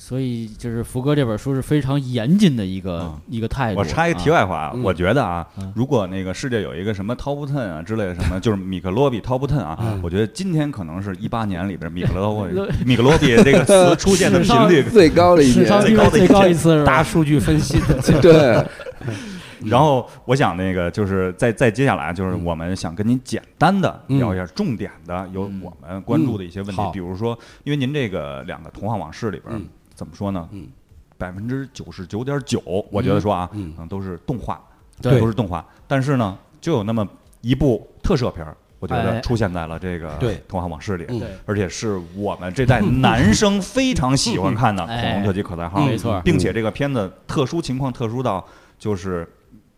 B: 所以就是福哥这本书是非常严谨的一个、
A: 啊
B: 一个态度。
A: 我插一题
B: 啊，
A: 外话，我觉得啊
B: 嗯，
A: 如果那个世界有一个什么 Top Ten 啊之类的什么，就是米克罗比 Top Ten 啊
C: 嗯，
A: 我觉得今天可能是一八年里边米克罗比米克罗比这个词出现的频率
D: 最高的一
B: 史
D: 点
B: 上，
A: 最
B: 地
A: 高
B: 位
A: 的一
B: 最
A: 届
B: 高一次是
C: 大
B: 吧？
C: 数据分析的
D: 对，
C: 嗯
A: 然后我想那个就是再再接下来啊就是我们想跟您简单的聊一下重点的有我们关注的一些问题
C: 嗯好，
A: 比如说因为您这个两个童话往事里边
C: 嗯
A: 怎么说呢
C: 嗯？
A: 百分之九十九点九，我觉得说啊，
C: 嗯
A: 可能都是动画，
C: 对
A: 都是动画，但是呢，就有那么一部特摄片儿，我觉
B: 哎
A: 得出现在了这个
C: 对
A: 《童话往事》里，
C: 嗯
B: 对，
A: 而且是我们这代男生非常喜欢看的
B: 哎
A: 恐龙特级口袋号，
C: 嗯
B: 没错。
A: 啊并且这个片子特殊情况特殊到就是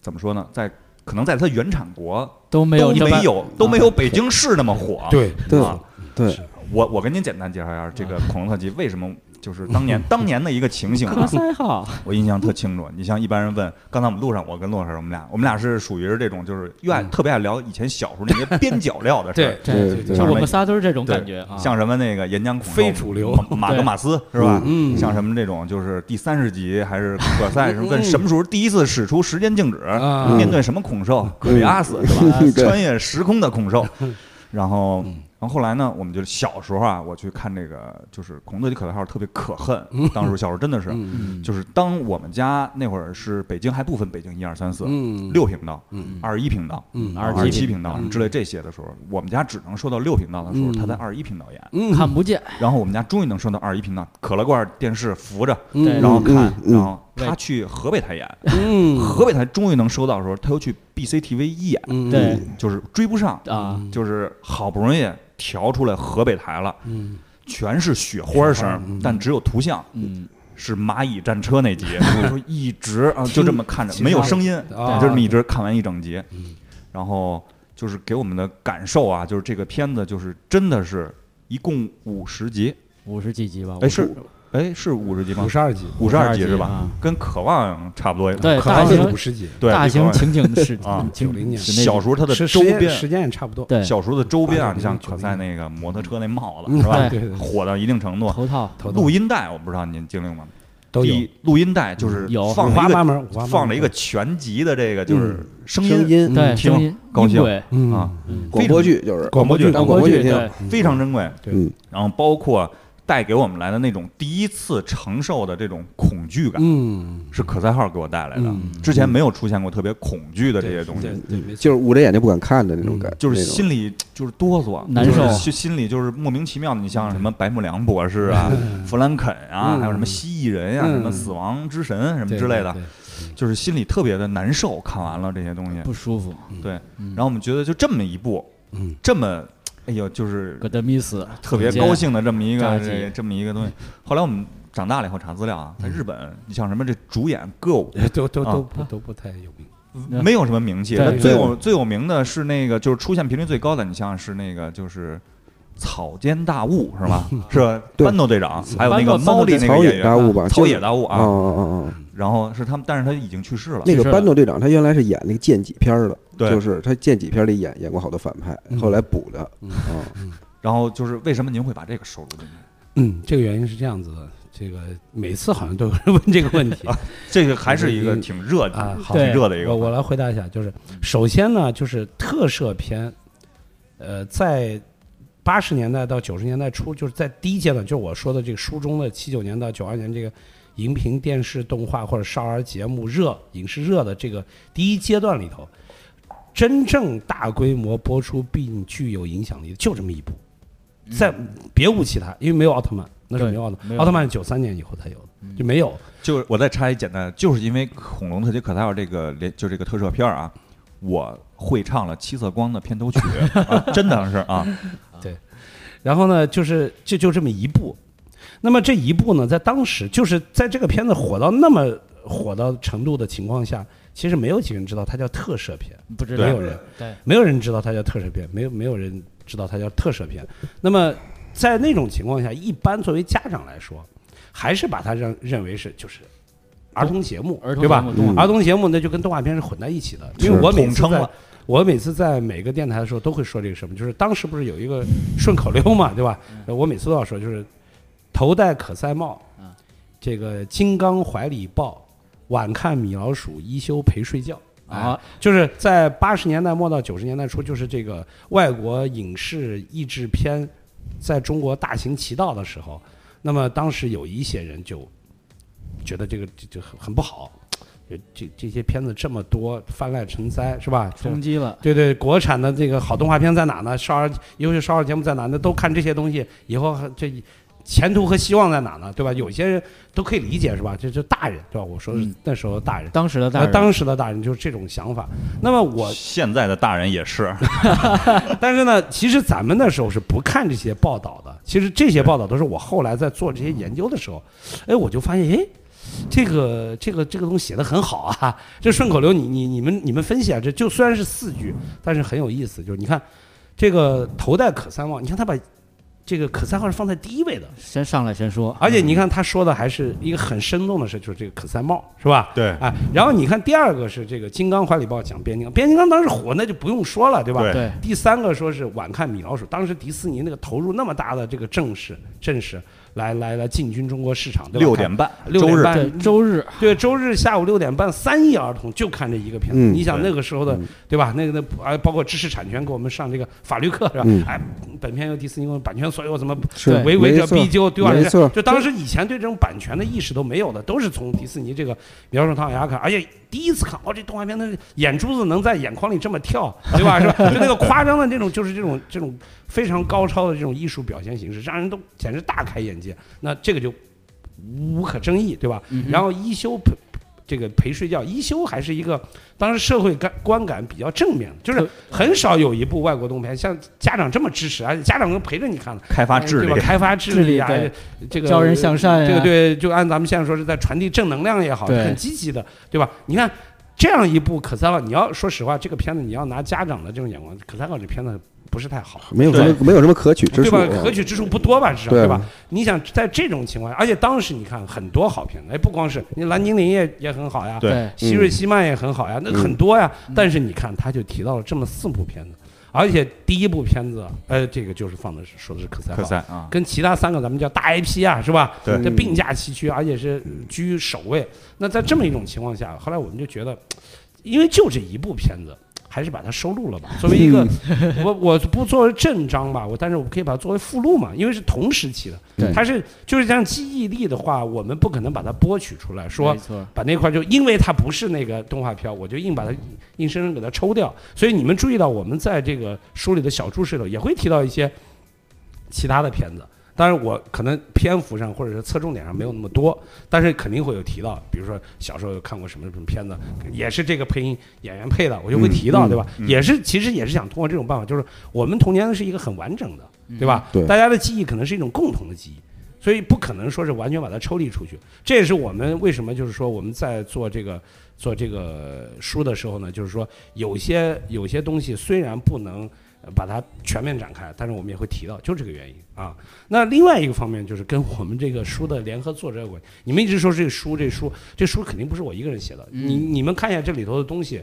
A: 怎么说呢，在可能在它原产国
B: 都没有
A: 都
B: 这么嗯
A: 没有都没有北京市那么火。
C: 对
D: 对
A: 啊，
D: 对，
A: 我我跟您简单介绍一下这个恐龙特级为什么。就是当年当年的一个情形
B: 科
A: 啊，
B: 三 号，
A: 我印象特清楚。你像一般人问，刚才我们路上我跟骆老师我们俩，我们俩是属于是这种就是又爱
C: 嗯
A: 特别爱聊以前小时候那些边角料的事儿
C: 对，
D: 对
C: 对
D: 对
B: 就
A: 像
B: 我
A: 什
B: 们
A: 么
B: 仨都是这种
A: 对
B: 感觉啊。
A: 像什么那个岩浆恐兽
C: 非主流
A: 马马格马斯是吧？
C: 嗯
A: 像什么这种就是第三十集还是葛赛什么问什么时候第一次使出时间静止，
C: 啊
A: 面对什么恐兽格里阿 斯是吧？
D: 嗯对
A: 穿越时空的恐兽，然后。
C: 嗯
A: 然后后来呢，我们就小时候啊，我去看这个，就是《孔德里可代号》，特别可 恨。当时小时候真的是，
C: 嗯
B: 嗯
A: 就是当我们家那会儿是北京还不分北京一二三四
C: 嗯
A: 六频道、
C: 嗯
A: 二十一频道、
C: 嗯
B: 二
A: 二十
B: 十
A: 七
B: 七频
A: 频
B: 道
A: 道什么之类这些的时候，我们家只能收到六频道的时候，
C: 嗯
A: 他在二十一频道演。
C: 嗯
B: 看不见，
A: 然后我们家终于能收到二十一频道，可乐罐电视扶着，
B: 对
A: 然后看，
D: 嗯嗯
A: 然后他去河北台演，
C: 嗯
A: 河北台终于能收到的时候，他又去 BCTV 一演，
C: 嗯
B: 对
A: 就是追不上，
B: 啊，
A: 就是好不容易调出来河北台了，
C: 嗯
A: 全是雪花
C: 雪花
A: 声
C: 嗯，
A: 但只有图像。
B: 嗯，
A: 是蚂蚁战车那集， 我说一直啊就这么看着，
C: 嗯听
A: 没有声音，
C: 啊
A: 就这么一直看完一整集
C: 嗯，
A: 然后就是给我们的感受啊，就是这个片子就是真的是一共五十集，
B: 五十几集吧，
A: 哎是哎，是五十集吗
C: 哦五？十二集，
A: 五十二集是吧？
B: 啊
A: 跟《渴望》差不多。
B: 对
C: 可
B: 大
C: 能是
B: 型
C: 五十集，
A: 对，
B: 大
A: 比渴
B: 型
A: 望
B: 情景是
A: 啊
B: 情
C: 90年
B: 是那
A: 小时候它的
C: 时
A: 周
C: 时间
A: 边，
C: 时间也差不多。
B: 对
A: 小时候的周边啊，
C: 八九零
A: 你像
C: 九零
A: 可赛那个摩托车那帽子
C: 嗯
A: 是吧？
C: 对对对
A: 火到一定程度，
B: 头套
C: 头
A: 录音带我不知道您经历过吗？
C: 都有嗯
A: 第一录音带就是
B: 有
A: 放了
C: 五花
A: 一个
C: 八门，五花八门
A: 放了一个全集的这个就是声
D: 声
A: 音，
D: 音
B: 对
A: 嗯
B: 声
A: 听
B: 音
A: 高
B: 音
A: 兴
B: 轨
C: 嗯
A: 啊
B: 嗯
D: 广播剧就是
A: 广播剧
D: 当
B: 广
D: 广
B: 播
D: 剧
B: 剧
D: 听，
B: 对
A: 非常珍贵。
C: 对
D: 嗯，
A: 然后包括带给我们来的那种第一次承受的这种恐惧感，
C: 嗯
A: 是可赛号给我带来的
C: 嗯。
A: 之前没有出现过特别恐惧的这些东西
C: 对，对没错
D: 就是捂着眼睛不敢看的那种感，
A: 就是
D: 那种
A: 心里就是哆嗦，
B: 难
A: 就是
B: 受
A: 就心里就是莫名其妙的。你像什么白木良博士啊、 弗兰肯啊，
C: 嗯
A: 还有什么蜥蜴人呀、
C: 嗯
A: 什么死亡之神什么
C: 对
A: 之类的
C: 对，
A: 就是心里特别的难受。看完了这些东西，
B: 不舒服，
A: 对，
B: 嗯
A: 然后我们觉得就这么一部
C: 嗯，
A: 这么，哎呦，就是
B: 戈德米斯
A: 特别高兴的这么一
B: 炸
A: 个
B: 鸡
A: 这这么一个东西。后来我们长大了以后查资料啊，在
D: 嗯
A: 日本，你像什么这主演歌舞
C: 对都都
A: 啊
C: 都不都不太有名，
B: 嗯
A: 没有什么名气，
B: 对
A: 但
B: 对
A: 最有最有名的是那个就是出现频率最高的，你像是那个就是。草间大悟是 吧？是吧
D: 对
A: 班斗队长，还有那个
B: 班斗
A: 猫力那个
D: 草
A: 演
D: 野大
A: 员，
D: 雾吧，
A: 草
D: 就是
A: 野大悟
D: 啊
A: 啊。
D: 啊啊啊！
A: 然后是他们，但是他已经去世了。
D: 那
B: 去
D: 个
B: 世
D: 班斗队长，他原来是演那个剑戟片儿的，
A: 对
D: 就是他剑戟片儿里演演过好多反派，
C: 嗯
D: 后来补的
C: 嗯
D: 啊。
A: 然后就是为什么您会把这个收入进去？
C: 嗯，这个原因是这样子的，这个每次好像都有人问这个问题
A: 这个还是一
D: 嗯
A: 个挺热
C: 啊
A: 的，，
C: 好，
A: 挺热的一个
C: 我。我来回答一下，就是首先呢，就是特摄片，呃，在八十年代到九十年代初，就是在第一阶段，就是我说的这个书中的七九年到九二年这个荧屏电视动画或者少儿节目热影视热的这个第一阶段里头，真正大规模播出并具有影响力的就这么一部，再别无其他，因为没有奥特曼，那是
B: 对
C: 没有奥特曼，
B: 没有
C: 奥特曼九三年以后才有的，就没有。
A: 就是我再插一简单的，就是因为《恐龙特级可赛号》这个连就这个特摄片儿啊，我会唱了《七色光》的片 头曲，啊、真的是啊，
C: 然后呢，就是这就这么一部。那么这一部呢，在当时就是在这个片子火到那么火到程度的情况下，其实没有几个人知道它叫特摄片，
B: 不知道
C: 没有人，
B: 对
C: 没有人知道它叫特摄片，没有没有人知道它叫特摄片。那么在那种情况下，一般作为家长来说，还是把它认认为是就是儿童节目，
B: 儿童
C: 对吧
B: 节？目动画
D: 嗯
C: 儿童节目那就跟动画片是混在一起的，
D: 是
C: 因为我每
A: 统
C: 次
A: 称
C: 在
A: 了
C: 我每次在每个电台的时候都会说这个什么，就是当时不是有一个顺口溜嘛，对吧？我每次都要说，就是头戴可赛帽
B: 嗯，
C: 这个金刚怀里抱，晚看米老鼠，一休陪睡觉。
B: 啊，
C: 就是在八十年代末到九十年代初，就是这个外国影视译制片在中国大行其道的时候，那么当时有一些人就觉得这个这这很很不好，这这这些片子这么多，泛滥成灾是吧？这
B: 冲击了，
C: 对对，国产的这个好动画片在哪呢？少儿优秀少儿节目在哪呢？都看这些东西，以后还这前途和希望在哪呢？对吧？有些人都可以理解是吧？这这大人对吧？我说的是
B: 嗯
C: 那时候的大人。
B: 当时的大
C: 那
B: 人
C: 当时的大人就是这种想法。那么 我，
A: 现在的大人也是，
C: 但是呢，其实咱们那时候是不看这些报道的。其实这些报道都是我后来在做这些研究的时候，哎，我就发现，哎，这个这个这个东西写的很好啊。这顺口溜你，你你们你们分析啊，这就虽然是四句，但是很有意思。就是你看，这个头戴可三帽，你看他把这个可三号是放在第一位的，
B: 先上来先说，
C: 而且你看他说的还是一个很生动的事，就是这个可赛帽，是吧？
A: 对
C: 哎，然后你看第二个是这个《金刚怀里抱》讲变形金刚，变形金刚当时火，那就不用说了，对吧？
A: 对
B: 嗯对
C: 第三个说是晚看米老鼠，当时迪士尼那个投入那么大的这个正式正式来来来进军中国市场，对吧？
A: 六点半，
C: 看六
A: 周
C: 点
A: 日，
C: 半
B: 对，周日
C: 对，周日下午六点半，三亿儿童就看这一个片子。
D: 嗯
C: 你想
A: 对
C: 那个时候的，对吧？那个那啊，包括知识产权给我们上这个法律课是吧？
D: 嗯
C: 哎，本片由迪士尼公司版权所有，怎么
D: 是
B: 对
C: 违违者
D: 没错
C: 必究，对吧？
D: 没错
C: 就当时以前对这种版权的意识都没有的，都是从迪士尼这个《苗鼠唐老鸭》看，而且第一次看，哦，这动画片的眼珠子能在眼眶里这么跳，对吧？是吧？就那个夸张的这种，就是这种这种非常高超的这种艺术表现形式，让人都简直大开眼界。那这个就无可争议，对吧？
D: 嗯
C: 然后一休陪这个陪睡觉，一休还是一个当时社会感观感比较正面的，就是很少有一部外国动片像家长这么支持，而且家长能陪着你看的，
A: 开发智
C: 呃嗯对
A: 力
C: 吧？，开发智力啊
B: 智力，
C: 这个
B: 教人向善呀
C: 这个对，就按咱们现在说是在传递正能量也好，
B: 对
C: 很积极的，对吧？你看。这样一部可赛瓦，你要说实话，这个片子你要拿家长的这种眼光，可赛瓦这片子不是太好，
D: 没有什么没有什么可取之
C: 对
D: 处
C: 吧
D: 啊，？
C: 可取之处不多吧，至少
D: 对
C: 对吧？你想在这种情况下，而且当时你看很多好片子，哎，不光是你蓝精灵也也很好呀，
A: 对
B: 对，
C: 希瑞希曼也很好呀，那很多呀。
B: 嗯
C: 但是你看，他就提到了这么四部片子，而且第一部片子，呃，这个就是放的是说的是可赛
A: 科
C: 号，
A: 赛啊，
C: 跟其他三个咱们叫大 IP 啊，是
D: 嗯
C: 吧？
A: 对
C: 这并驾齐驱，而且是居首位。那在这么一种情况下，后来我们就觉得，因为就这一部片子。还是把它收录了吧，作为一个， 我我不作为正章吧，我但是我可以把它作为附录嘛，因为是同时期
B: 对
C: 的，它是就是像记忆力的话，我们不可能把它剥取出来，说
B: 没错，
C: 把那块儿就因为它不是那个动画片儿，我就硬把它硬生生给它抽掉。所以你们注意到，我们在这个书里的小注释里也会提到一些其他的片子。当然，我可能篇幅上或者是侧重点上没有那么多，但是肯定会有提到。比如说小时候有看过什么什么片子，也是这个配音演员配的，我就会提到，
D: 嗯
C: 对吧？
A: 嗯
C: 也是其实也是想通过这种办法，就是我们童年是一个很完整的，对吧？
D: 嗯对
C: 大家的记忆可能是一种共同的记忆，所以不可能说是完全把它抽离出去。这也是我们为什么就是说我们在做这个做这个书的时候呢，就是说有些有些东西虽然不能呃把它全面展开，但是我们也会提到，就这个原因啊。那另外一个方面就是跟我们这个书的联合作者有关。你们一直说这个书这书这书肯定不是我一个人写的，
B: 嗯
C: 你你们看一下这里头的东西，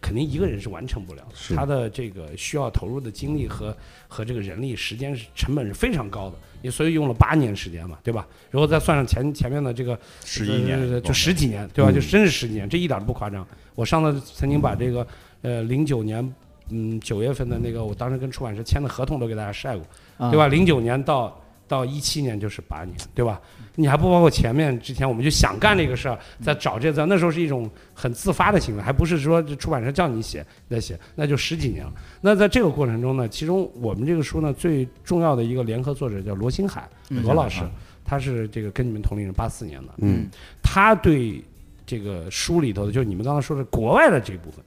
C: 肯定一个人是完成不了的，他的这个需要投入的精力和和这个人力、时间是成本是非常高的，也所以用了八年时间嘛，对吧？如果再算上前前面的这个
A: 十一
C: 对对对
A: 年，
C: 就十几年，对吧？
D: 嗯
C: 就真是十几年，这一点儿都不夸张。我上次曾经
A: 嗯
C: 把这个呃零九年嗯九月份的那个，我当时跟出版社签的合同都给大家晒过，
B: 啊
C: 对吧？？零九年到到一七年就是八年，对吧？你还不包括前面之前我们就想干这个事儿，在找这在那时候是一种很自发的行为，还不是说这出版社叫你写你再写，那就十几年了。那在这个过程中呢，其中我们这个书呢最重要的一个联合作者叫罗新海
B: 嗯
C: 罗老师，他是这个跟你们同龄人，八四年的，
D: 嗯，
C: 他对这个书里头的，就是你们刚才说的国外的这部分，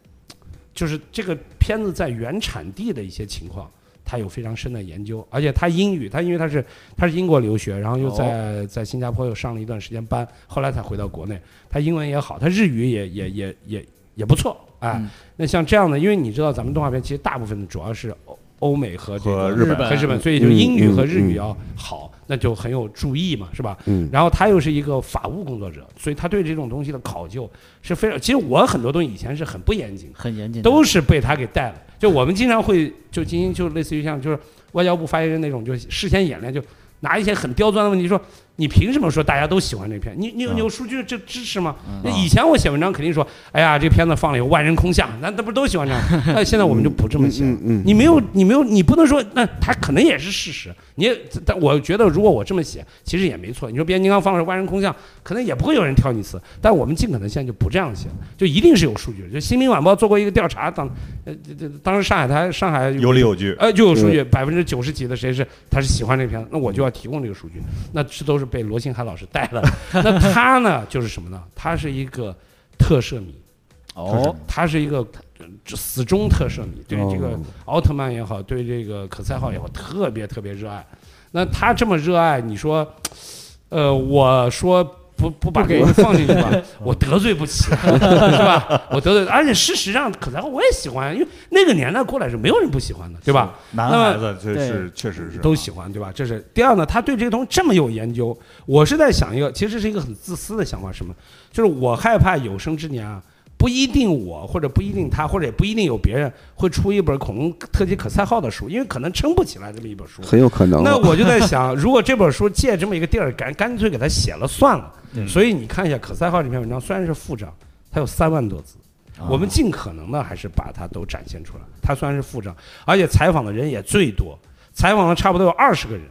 C: 就是这个片子在原产地的一些情况，他有非常深的研究，而且他英语，他因为他是他是英国留学，然后又在、在新加坡又上了一段时间班，后来才回到国内，他英文也好，他日语也也也也也不错，哎，
B: 嗯
C: 那像这样的，因为你知道咱们动画片其实大部分主要是欧欧美和这个
A: 和日本
C: 和日本，所以
D: 嗯
C: 就英语和日语要好，那就很有注意嘛，是吧？
D: 嗯
C: 然后他又是一个法务工作者，所以他对这种东西的考究是非常。其实我很多东西以前是很不严谨的，
B: 很严谨的，
C: 都是被他给带了。就我们经常会就进行就类似于像就是外交部发言人那种，就事先演练，就拿一些很刁钻的问题说，你凭什么说大家都喜欢这片？你你有
D: 嗯
C: 你有数据这支持吗？那以前我写文章肯定说，哎呀，这片子放了以后万人空巷，那那不是都喜欢这样？ 但现在我们就不这么写了。
D: 嗯嗯，
C: 你没有，你没有，你不能说，那他可能也是事实。你也，但我觉得如果我这么写，其实也没错。你说变形金刚放是万人空巷，可能也不会有人挑你刺。但我们尽可能现在就不这样写，就一定是有数据的。就《新民晚报》做过一个调查，当呃这这当时上海台上海
A: 有理有据，
C: 呃，就有数
D: 对
C: 据，百分之九十几的谁是他是喜欢这片子，那我就要提供这个数据，那这都是被罗新海老师带的。那他呢，就是什么呢？他是一个特摄迷，
B: 哦，
C: 他是一个呃死忠特摄迷，对这个
D: 哦
C: 奥特曼也好，对这个可赛号也好，特别特别热爱。那他这么热爱，你说，呃，我说不不把这个放进去吧， 我得罪不起， 是吧？我得罪，而且事实上，可赛号我也喜欢，因为那个年代过来是没有人不喜欢的，对吧？
A: 男
C: 那么
A: 孩子这是确实是啊
C: 都喜欢，对吧？这是第二呢，他对这个东西这么有研究，我是在想一个，其实是一个很自私的想法，什么？就是我害怕有生之年啊，不一定我或者不一定他，或者也不一定有别人会出一本恐龙特级可赛号的书，因为可能撑不起来这么一本书。
D: 很有可能。
C: 那我就在想，如果这本书借这么一个地儿，干干脆给他写了算了。
A: 嗯
C: 所以你看一下《可赛号》这篇文章，虽然是副章，它有三万多字，
B: 啊
C: 我们尽可能的还是把它都展现出来。它虽然是副章，而且采访的人也最多，采访了差不多有二十个人，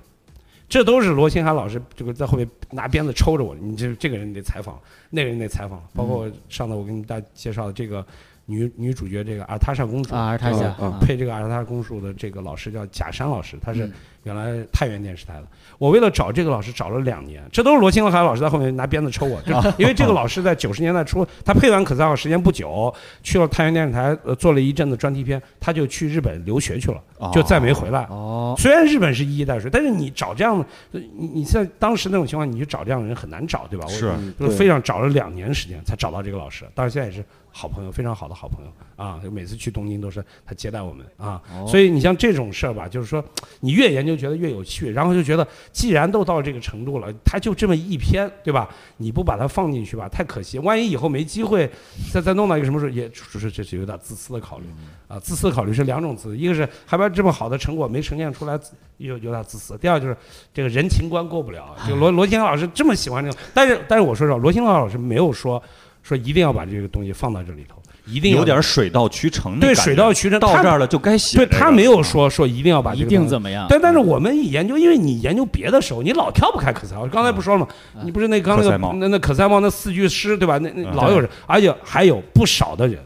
C: 这都是罗新海老师这个在后面拿鞭子抽着我，你这这个人你得采访，那个人你得采访，包
B: 嗯
C: 括上次我给你大家介绍的这个女女主角这个阿塔莎公主
B: 啊，而他
D: 啊
B: 想
D: 啊
C: 配这个阿尔塔公主的这个老师叫贾山老师，他是
B: 嗯
C: 原来太原电视台的。我为了找这个老师找了两年，这都是罗清海老师在后面拿鞭子抽我，就因为这个老师在九十年代初，他配完《可赛号》时间不久，去了太原电视台呃做了一阵子专题片，他就去日本留学去了，
A: 哦
C: 就再没回来。
B: 哦，
C: 虽然日本是一衣带水，但是你找这样的，呃你你在当时那种情况，你去找这样的人很难找，对吧？我
A: 是
D: 嗯
C: 就是
D: 对
C: 非常找了两年时间才找到这个老师，当然现在也是好朋友，非常好的好朋友啊。每次去东京都是他接待我们啊，
B: 哦
C: 所以你像这种事儿吧，就是说你越研究觉得越有趣，然后就觉得既然都到这个程度了，他就这么一篇，对吧？你不把它放进去吧，太可惜，万一以后没机会再再弄到一个什么时候，也就是这是有点自私的考虑
A: 嗯
C: 啊。自私的考虑是两种自私，一个是害怕这么好的成果没呈现出来，有有点自私；第二就是这个人情关过不了。啊
A: 哎
C: 就罗罗新老师这么喜欢这个，但是但是我说实话，罗新老师没有说说一定要把这个东西放到这里头，一定要
A: 有点水到渠成的
C: 对
A: 感觉
C: 水到渠成。
A: 到
C: 他
A: 这儿了就该写
C: 对
A: 这个
C: 他没有说说一定要把这
B: 一
C: 个
B: 定
C: 东西
B: 怎么样？嗯
C: 但但是我们一研究，因为你研究别的时候，你老跳不开可赛帽。刚才不说了吗？
B: 嗯
C: 你不是那刚那
A: 可
C: 个
A: 赛帽
C: 那那可赛帽那四句诗对吧？那那
A: 嗯
C: 老有人，而且还有不少的人，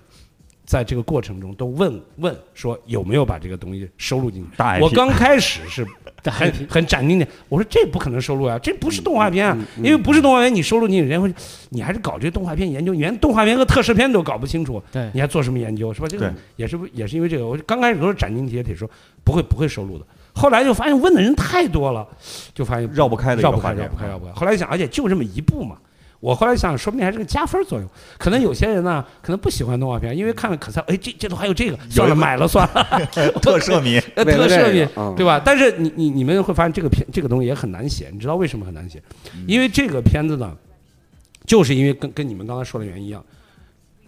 C: 在这个过程中都问问说有没有把这个东西收录进去。
A: 大 IP
C: 我刚开始是很
B: IP
C: 很斩钉的，我说这不可能收录啊，这不是动画片啊
D: 嗯，嗯嗯
C: 因为不是动画片，你收录进去，人家会，你还是搞这动画片研究，你连动画片和特摄片都搞不清楚，
B: 对
C: 你还做什么研究是吧？这个
A: 对
C: 也是不也是因为这个，我刚开始都是斩钉截铁说不会不会收录的，后来就发现问的人太多了，就发现
A: 绕不开的一个
C: 绕不开
A: 话题啊
C: 绕不开绕不开。后来想，而且就这么一部嘛。我后来想，说不定还是个加分作用。可能有些人呢，可能不喜欢动画片，因为看了可赛，哎，这这都还有这个，算了，买了算 了，
A: 特摄迷，
C: 呃
D: 为
C: 特
D: 了这
C: 摄
D: 个
C: 品，
D: 嗯
C: 对吧？但是你你你们会发现这个片这个东西也很难写，你知道为什么很难写？因为这个片子呢，就是因为跟跟你们刚才说的原因一样，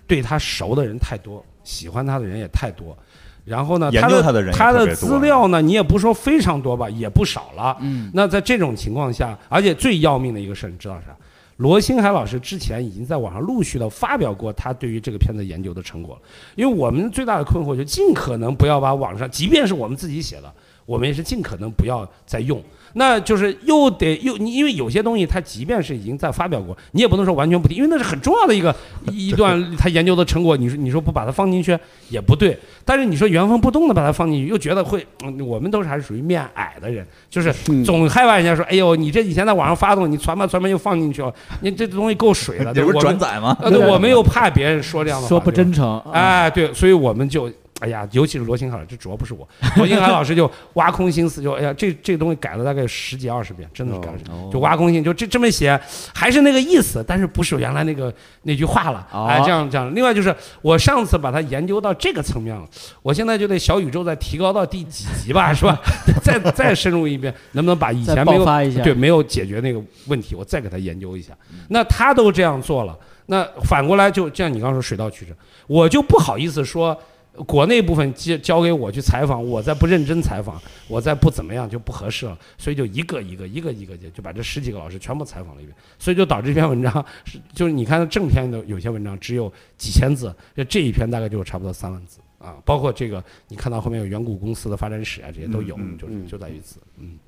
C: 对他熟的人太多，喜欢他的人也太多，然后呢，
A: 研
C: 他
A: 究
C: 的
A: 他的人也
C: 他
A: 特
C: 的
A: 别多
C: 资料呢，你也不说非常多吧，也不少了。
B: 嗯，
C: 那在这种情况下，而且最要命的一个事儿，你知道啥？罗新海老师之前已经在网上陆续的发表过他对于这个片子研究的成果了。因为我们最大的困惑就是尽可能不要把网上，即便是我们自己写的，我们也是尽可能不要再用。那就是又得又你，因为有些东西他即便是已经在发表过，你也不能说完全不提，因为那是很重要的一个一一段他研究的成果。你说你说不把它放进去也不对，但是你说原封不动的把它放进去，又觉得会，嗯我们都是还是属于面矮的人，就是
D: 嗯
C: 总害怕人家说，哎呦，你这以前在网上发动，你传吧传吧又放进去了，你这东西够水 了，
A: 这
C: 对
A: 不
C: 我
A: 是
C: 们
A: 转载吗？
C: 呃，对，我们又怕别人说这样的话，
B: 说不
C: 对吧
B: 真诚，啊
C: 哎，对，所以我们就，哎呀，尤其是罗新海，这主要 不是我，罗新海老师就挖空心思，就哎呀，这这东西改了大概十几二十遍，真的是改了十几，
B: 哦
C: 就挖空心，就这这么写，还是那个意思，但是不是原来那个那句话了，
B: 哦
C: 哎，这样这样。另外就是我上次把它研究到这个层面了，我现在就得小宇宙再提高到第几级吧， 是吧？再再深入一遍，能不能把以
B: 再
C: 前没
B: 爆
C: 有
B: 发一下，
C: 对，没有解决那个问题，我再给他研究一下。那他都这样做了，那反过来就就像你刚刚说水到渠成，我就不好意思说呃国内部分交交给我去采访，我再不认真采访，我再不怎么样就不合适了，所以就一个一个一个一个就就把这十几个老师全部采访了一遍，所以就导致这篇文章是就是你看正篇的有些文章只有几千字，就这一篇大概就有差不多三万字。啊，包括这个，你看到后面有远古公司的发展史啊，这些都有，
A: 嗯嗯
C: 就是
D: 嗯
C: 就在于此。嗯，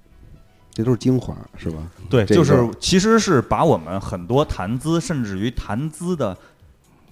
D: 这都是精华，是吧？
A: 对，
D: 这
A: 就是
D: 个
A: 其实是把我们很多谈资，甚至于谈资的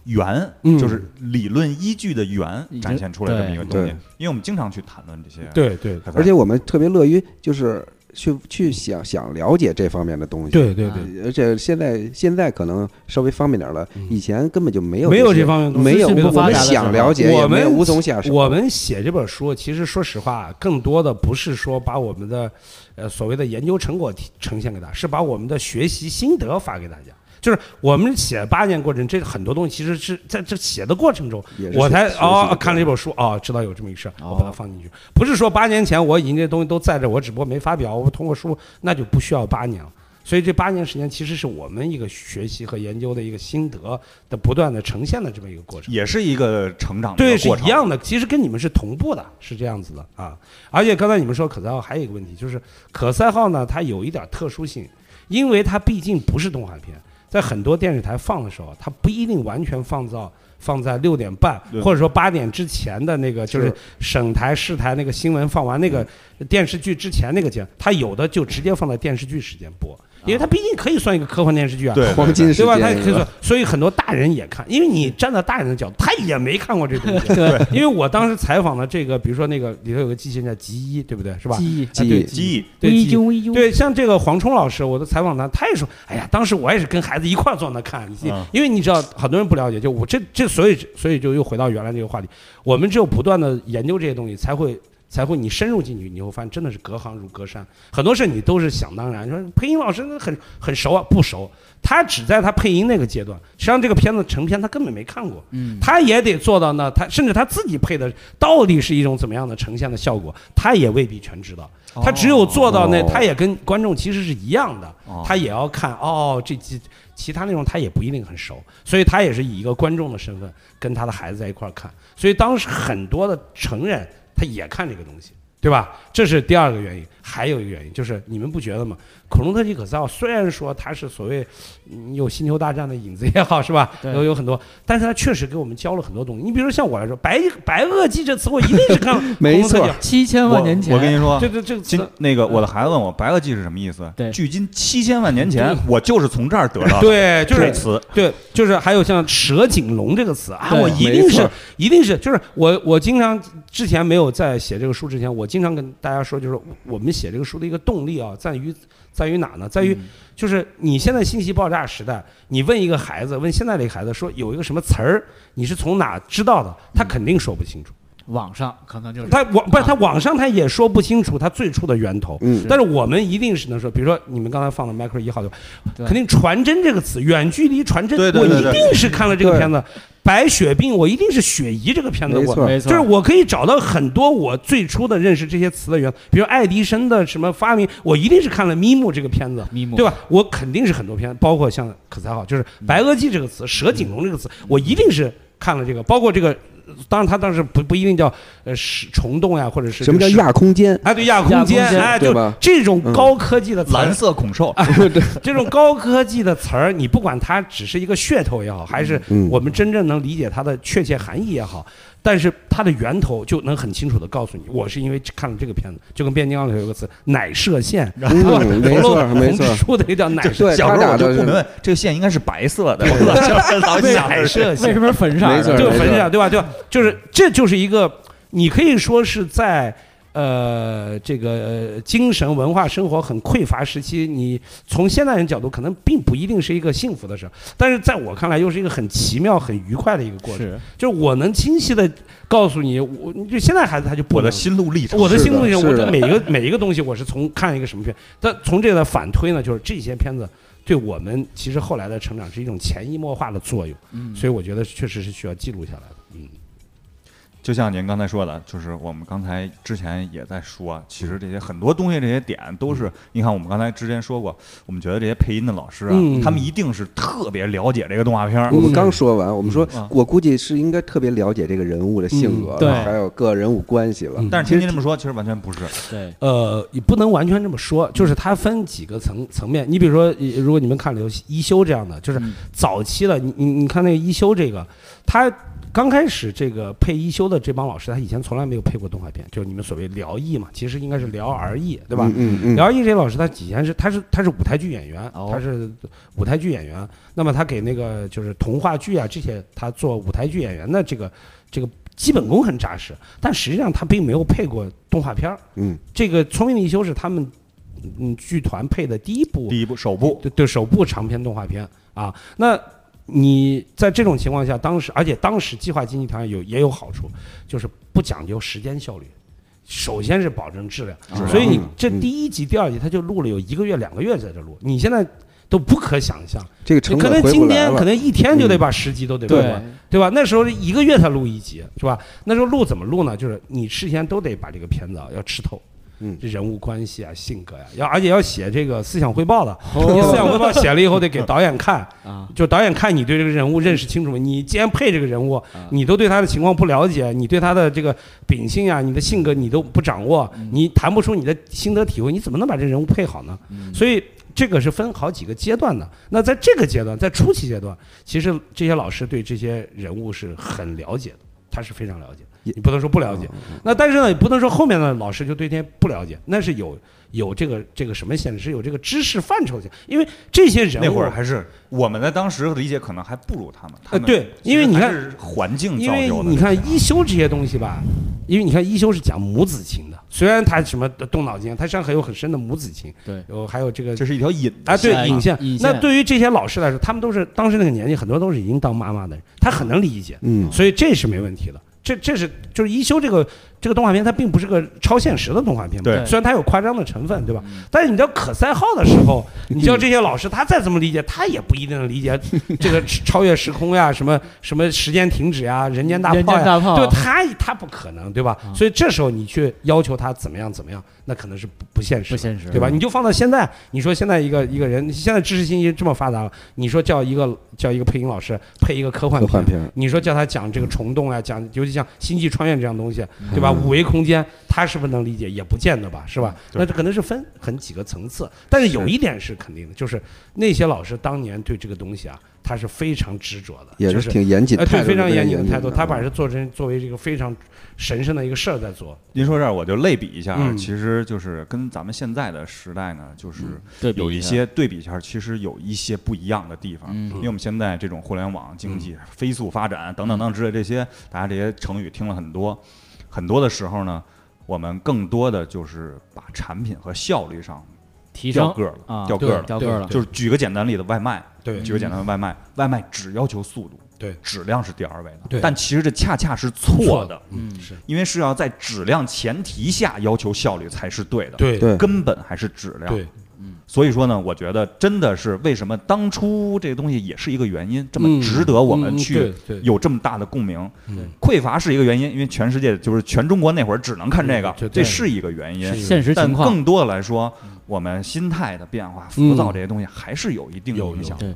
A: 源，
C: 嗯
A: 就是理论依据的源
B: 已经
A: 展现出来这么一个
D: 对
A: 东西。因为我们经常去谈论这些，
C: 对对
A: 开发，
D: 而且我们特别乐于就是去去想想了解这方面的东西。
C: 对对
B: 啊
C: 对，
D: 而且现在现在可能稍微方便点了
C: 嗯，
D: 以前根本就没有
C: 没有
D: 些
C: 这方面的东西
D: 没有
C: 没有
D: 我
C: 发
D: 们
C: 达的时
B: 候
D: 想了解，啊
C: 我
D: 也没有
C: 们
D: 无从下手。
C: 我们啊写这本书，其实说实话，更多的不是说把我们的呃所谓的研究成果提呈现给大家，是把我们的学习心得发给大家。就是我们写八年过程，这很多东西其实是在这写的过程中，
D: 也是
C: 我才
D: 学习的
C: 哦
D: 过程
C: 看了这本书哦，知道有这么一事儿，
B: 哦
C: 我把它放进去。不是说八年前我已经这东西都在这，我只不过没发表，我通过书那就不需要八年了。所以这八年时间其实是我们一个学习和研究的一个心得的不断的呈现的这么一个过程。
A: 也是一个成长的
C: 对，
A: 一个
C: 是
A: 过
C: 一
A: 程，
C: 样的，其实跟你们是同步的，是这样子的啊。而且刚才你们说可赛号还有一个问题，就是可赛号呢，它有一点特殊性，因为它毕竟不是动画片，在很多电视台放的时候，它不一定完全放到放在六点半
A: 对
C: 或者说八点之前的那个，就是
D: 是
C: 省台、市台那个新闻放完那个电视剧之前那个节目，它有的就直接放在电视剧时间播。因为它毕竟可以算一个科幻电视剧啊，
A: 对
D: 黄金时
C: 对吧？
D: 间
C: 它也可以
D: 是
C: 算
D: 吧，
C: 所以很多大人也看，因为你站在大人的角度，他也没看过这东 西。
B: 对，
C: 因为我当时采访的这个，比如说那个里头有个机器人叫吉一，对不对？是吧？
B: 记忆，
C: 啊对
D: 记
A: 记忆，
C: 对
B: 一
C: 记忆
B: 揪一揪，
C: 对，像这个黄冲老师，我都采访他，他也说，哎呀，当时我也是跟孩子一块儿坐那看，你
A: 嗯
C: 因为你知道很多人不了解，就我这这，所以所以就又回到原来这个话题，我们只有不断的研究这些东西，才会才会你深入进去，你会发现真的是隔行如隔山，很多事你都是想当然。你说配音老师那很很熟啊，不熟，他只在他配音那个阶段，实际上这个片子成片他根本没看过，
B: 嗯，
C: 他也得做到呢，他甚至他自己配的到底是一种怎么样的呈现的效果，他也未必全知道。他只有做到那，
D: 哦
C: 他也跟观众其实是一样的，
A: 哦
C: 他也要看哦，这其其他内容他也不一定很熟，所以他也是以一个观众的身份跟他的孩子在一块儿看，所以当时很多的成人他也看这个东西，对吧？这是第二个原因，还有一个原因就是你们不觉得吗？恐龙特技可造虽然说它是所谓嗯有星球大战的影子也好，是吧？
B: 对
C: 有有很多，但是它确实给我们教了很多东西。你比如像我来说，白白垩纪这词我一定是 看
D: 没
C: 恐龙特技
D: 错，
B: 七千万年前，
A: 我我跟你说
C: 这，这这个词
A: 今那个我的孩子问我白垩纪是什么意思？
B: 对
A: 距今七千万年前，我就是从这儿得到的
C: 对，就
A: 这
C: 是
A: 词。
C: 对，就是还有像“蛇颈龙”这个词啊，
B: 对
C: 我一
D: 没
C: 定
D: 错
C: 是，一定是，就是我我经常之前没有在写这个书之前，我经常跟大家说，就是我们写这个书的一个动力啊，在于在于哪呢？在于就是你现在信息爆炸时代，你问一个孩子，问现在这个孩子说有一个什么词儿，你是从哪知道的，他肯定说不清楚，
B: 网上可能就是
C: 他网不是
B: 啊
C: 他网上他也说不清楚他最初的源头。
D: 嗯，
C: 但是我们一定是能说，比如说你们刚才放的 Micro 一号对吧？
B: 对
C: 肯定传真这个词，远距离传真，
A: 对对对
C: 我
A: 对
C: 一定是看了这个片子。白血病，我一定是雪姨这个片子，
D: 没
C: 我
D: 错
B: 没
C: 就
B: 错，
C: 是我可以找到很多我最初的认识这些词的源，比如爱迪生的什么发明，我一定是看了《咪姆》这个片子。
B: 咪姆嗯
C: 对吧？我肯定是很多片，包括像可才好，就是“白垩纪”这个词，“蛇颈龙”这个词，我一定是看了这个，包括这个，呃当然他当时不不一定叫呃是虫洞呀，或者是
D: 什么叫
C: 这个蛇？
D: 亚空间？
C: 哎，对，亚
B: 亚
C: 空
B: 空
C: 间，
B: 间
C: 哎，
D: 对
C: 就
D: 吧
C: 这种
D: 嗯
C: 高科技的词儿
A: 蓝色恐兽，
C: 这种高科技的词儿，你不管它只是一个噱头也好，还是
D: 嗯
C: 我们真正能理解它的确切含义也好，但是它的源头就能很清楚的告诉你，我是因为看了这个片子，就跟变形金刚里头有个词“奶射线”，
D: 嗯没错 没错
C: 红蜘蛛的也叫奶射
D: 对，
A: 小
D: 他
A: 时候
D: 俩
A: 我就
D: 都
A: 不明
D: 是
A: 白，这个线应该是白色的，我老老
C: 线，
A: 想
C: 奶
A: 着是
C: 射
B: 为
C: 线
B: 什，么是粉色
D: 没错
B: 的？
D: 么
C: 就
D: 没
C: 很
D: 错
C: 闪，对吧？对吧？就是这就是一个，你可以说是在。呃，这个呃精神文化生活很匮乏时期，你从现代人角度可能并不一定是一个幸福的事儿，但是在我看来又是一个很奇妙、很愉快的一个过程。
B: 是
C: 就是我能清晰的告诉你，我你就现在孩子他就不
A: 我的
C: 能。
A: 心路历程。
C: 我的心路历程，
D: 是的
C: 我
D: 是的
C: 对每一个每一个东西，我是从看一个什么片，但从这个反推呢，就是这些片子对我们其实后来的成长是一种潜移默化的作用，
B: 嗯，
C: 所以我觉得确实是需要记录下来的。嗯，
A: 就像您刚才说的，就是我们刚才之前也在
C: 嗯
A: 说，啊其实这些很多东西，这些点都是，你看我们刚才之前说过，我们觉得这些配音的老师啊，
C: 嗯
A: 他们一定是特别了解这个动画片儿。
D: 我们刚说完，我们说
A: 嗯，
D: 我估计是应该特别了解这个人物的性格
B: 嗯对
D: 了，还有个人物关系了
C: 嗯。
A: 但是听您这么说，其实完全不是。
B: 对，
C: 呃，也不能完全这么说，就是它分几个层层面。你比如说，呃如果你们看刘一休这样的，就是
B: 嗯
C: 早期的，你你你看那个一休这个，他刚开始这个配一休的这帮老师，他以前从来没有配过动画片，就是你们所谓聊艺嘛，其实应该是聊而艺，对吧？
D: 嗯嗯嗯，
C: 聊艺这老师他以前是他是他是舞台剧演员，
B: 哦
C: 他是舞台剧演员。那么他给那个就是童话剧啊这些，他做舞台剧演员的这个这个基本功很扎实，但实际上他并没有配过动画片儿。
D: 嗯，
C: 这个《聪明的一休》是他们嗯剧团配的第一部
A: 第一部首部，
C: 对对首部长篇动画片啊。那你在这种情况下，当时而且当时计划经济条件有也有好处，就是不讲究时间效率，首先是保证质量。
A: 质量
C: 所以你这
D: 嗯
C: 第一集、第二集，他就录了有一个月、两个月在这录，你现在都不可想象，
D: 这个
C: 你
D: 成
C: 可
D: 本
C: 能
D: 回不
C: 今
D: 来
C: 天可
D: 了。
C: 能一天就得把十集都得录完。
B: 对，哦
C: 对吧？那时候一个月才录一集，是吧？那时候录怎么录呢？就是你事先都得把这个片子啊要吃透，
D: 嗯
C: 这人物关系啊、性格呀、要而且要写这个思想汇报的。你思
B: 哦
C: 想汇报写了以后得给导演看，
B: 啊，
C: 就导演看你对这个人物认识清楚没？你既然配这个人物
B: 啊，
C: 你都对他的情况不了解，你对他的这个秉性呀、你的性格你都不掌握，
A: 嗯
C: 你谈不出你的心得体会，你怎么能把这人物配好呢？
B: 嗯
C: 所以这个是分好几个阶段的。那在这个阶段，在初期阶段，其实这些老师对这些人物是很了解的。他是非常了解，
D: 也
C: 你不能说不了
A: 嗯
C: 解。那但是呢，也不能说后面呢老师就对这些不了解，那是有有这个这个什么限制，是有这个知识范畴限，因为这些人物
A: 那会儿还是我们在当时理解可能还不如他们，他
C: 呃
A: 们
C: 对
A: 其实
C: 因为你
A: 还
C: 看
A: 是环境
C: 因
A: 造
C: 为
A: 就的，啊
C: 你看一休这些东西吧，因为你看一休是讲母子情的，虽然他什么动脑筋，他实际上还有很深的母子情，
B: 对
C: 有还有这个
A: 这是一条引
C: 啊，对
B: 是啊
C: 引线
B: 引。线
C: 那对于这些老师来说，他们都是当时那个年纪，很多都是已经当妈妈的人，他很能理解，
D: 嗯，
C: 所以这是没问题的。这这是就是一休这个这个动画片，它并不是个超现实的动画片嘛，
A: 对
C: 虽然它有夸张的成分，对吧？
B: 嗯
C: 但是你叫可赛号的时候，你叫这些老师，他再怎么理解，他也不一定能理解这个超越时空呀，什么什么时间停止呀，人间大
B: 人
C: 炮
B: 间
C: 呀，
B: 大炮
C: 对他他不可能，对吧？
B: 嗯
C: 所以这时候你去要求他怎么样怎么样，那可能是不不现实
B: 不
C: 的，
B: 现实，
C: 对吧？你就放到现在，你说现在一个一个人，现在知识信息这么发达了，你说叫一个叫一个配音老师配一个科幻
D: 科幻
C: 片，
D: 片儿，
C: 你说叫他讲这个虫洞啊，讲尤其像星际穿越这样东西，对吧？
D: 嗯
C: 五维空间，他是不是能理解？也不见得吧，是吧？
A: 对
C: 那这可能是分很几个层次，但是有一点是肯定的，就是那些老师当年对这个东西啊，他是非常执着的，
D: 也
C: 就是
D: 挺严谨
C: 呃，
D: 态度的，
C: 对
D: 嗯
C: 非常
D: 严
C: 严谨的态度，
D: 的啊
C: 他把这做成作为这个非常神圣的一个事儿在做，
A: 您说这儿我就类比一下啊，
C: 嗯
A: 其实就是跟咱们现在的时代呢，就是
B: 对比
A: 有一
B: 下
A: 些对比一下，其实有一些不一样的地方。
B: 嗯
A: 因为我们现在这种互联网经济飞速发展等等等之类这些，大家这些成语听了很多，很多的时候呢，我们更多的就是把产品和效率上
B: 提
A: 掉
B: 升
A: 个儿了，
B: 啊
A: 掉个儿了。
B: 掉个儿了，
A: 就是举个简单例子，外卖，
C: 对
A: 举个简单的外卖，外卖只要求速度，
C: 对
A: 质量是第二位的
C: 对，
A: 但其实这恰恰是
C: 错
A: 错的。
B: 嗯
C: 是
A: 因为是要在质量前提下要求效率才是对的，
C: 对
D: 对
A: 根本还是质量。嗯
C: 对，
A: 所以说呢，我觉得真的是为什么当初这个东西也是一个原因，这
C: 嗯
A: 么值得我们
C: 嗯
A: 去
C: 对对
A: 有这么大的共鸣。
C: 嗯
A: 匮乏是一个原因，因为全世界就是全中国那会儿只能看这
C: 嗯
A: 个
C: 对，对
A: 这是一个原因
C: 是。
B: 现实
A: 但
B: 情况
A: 更多的来说，我们心态的变化、浮躁这些东西还是有一定的
C: 有
A: 影响。
B: 对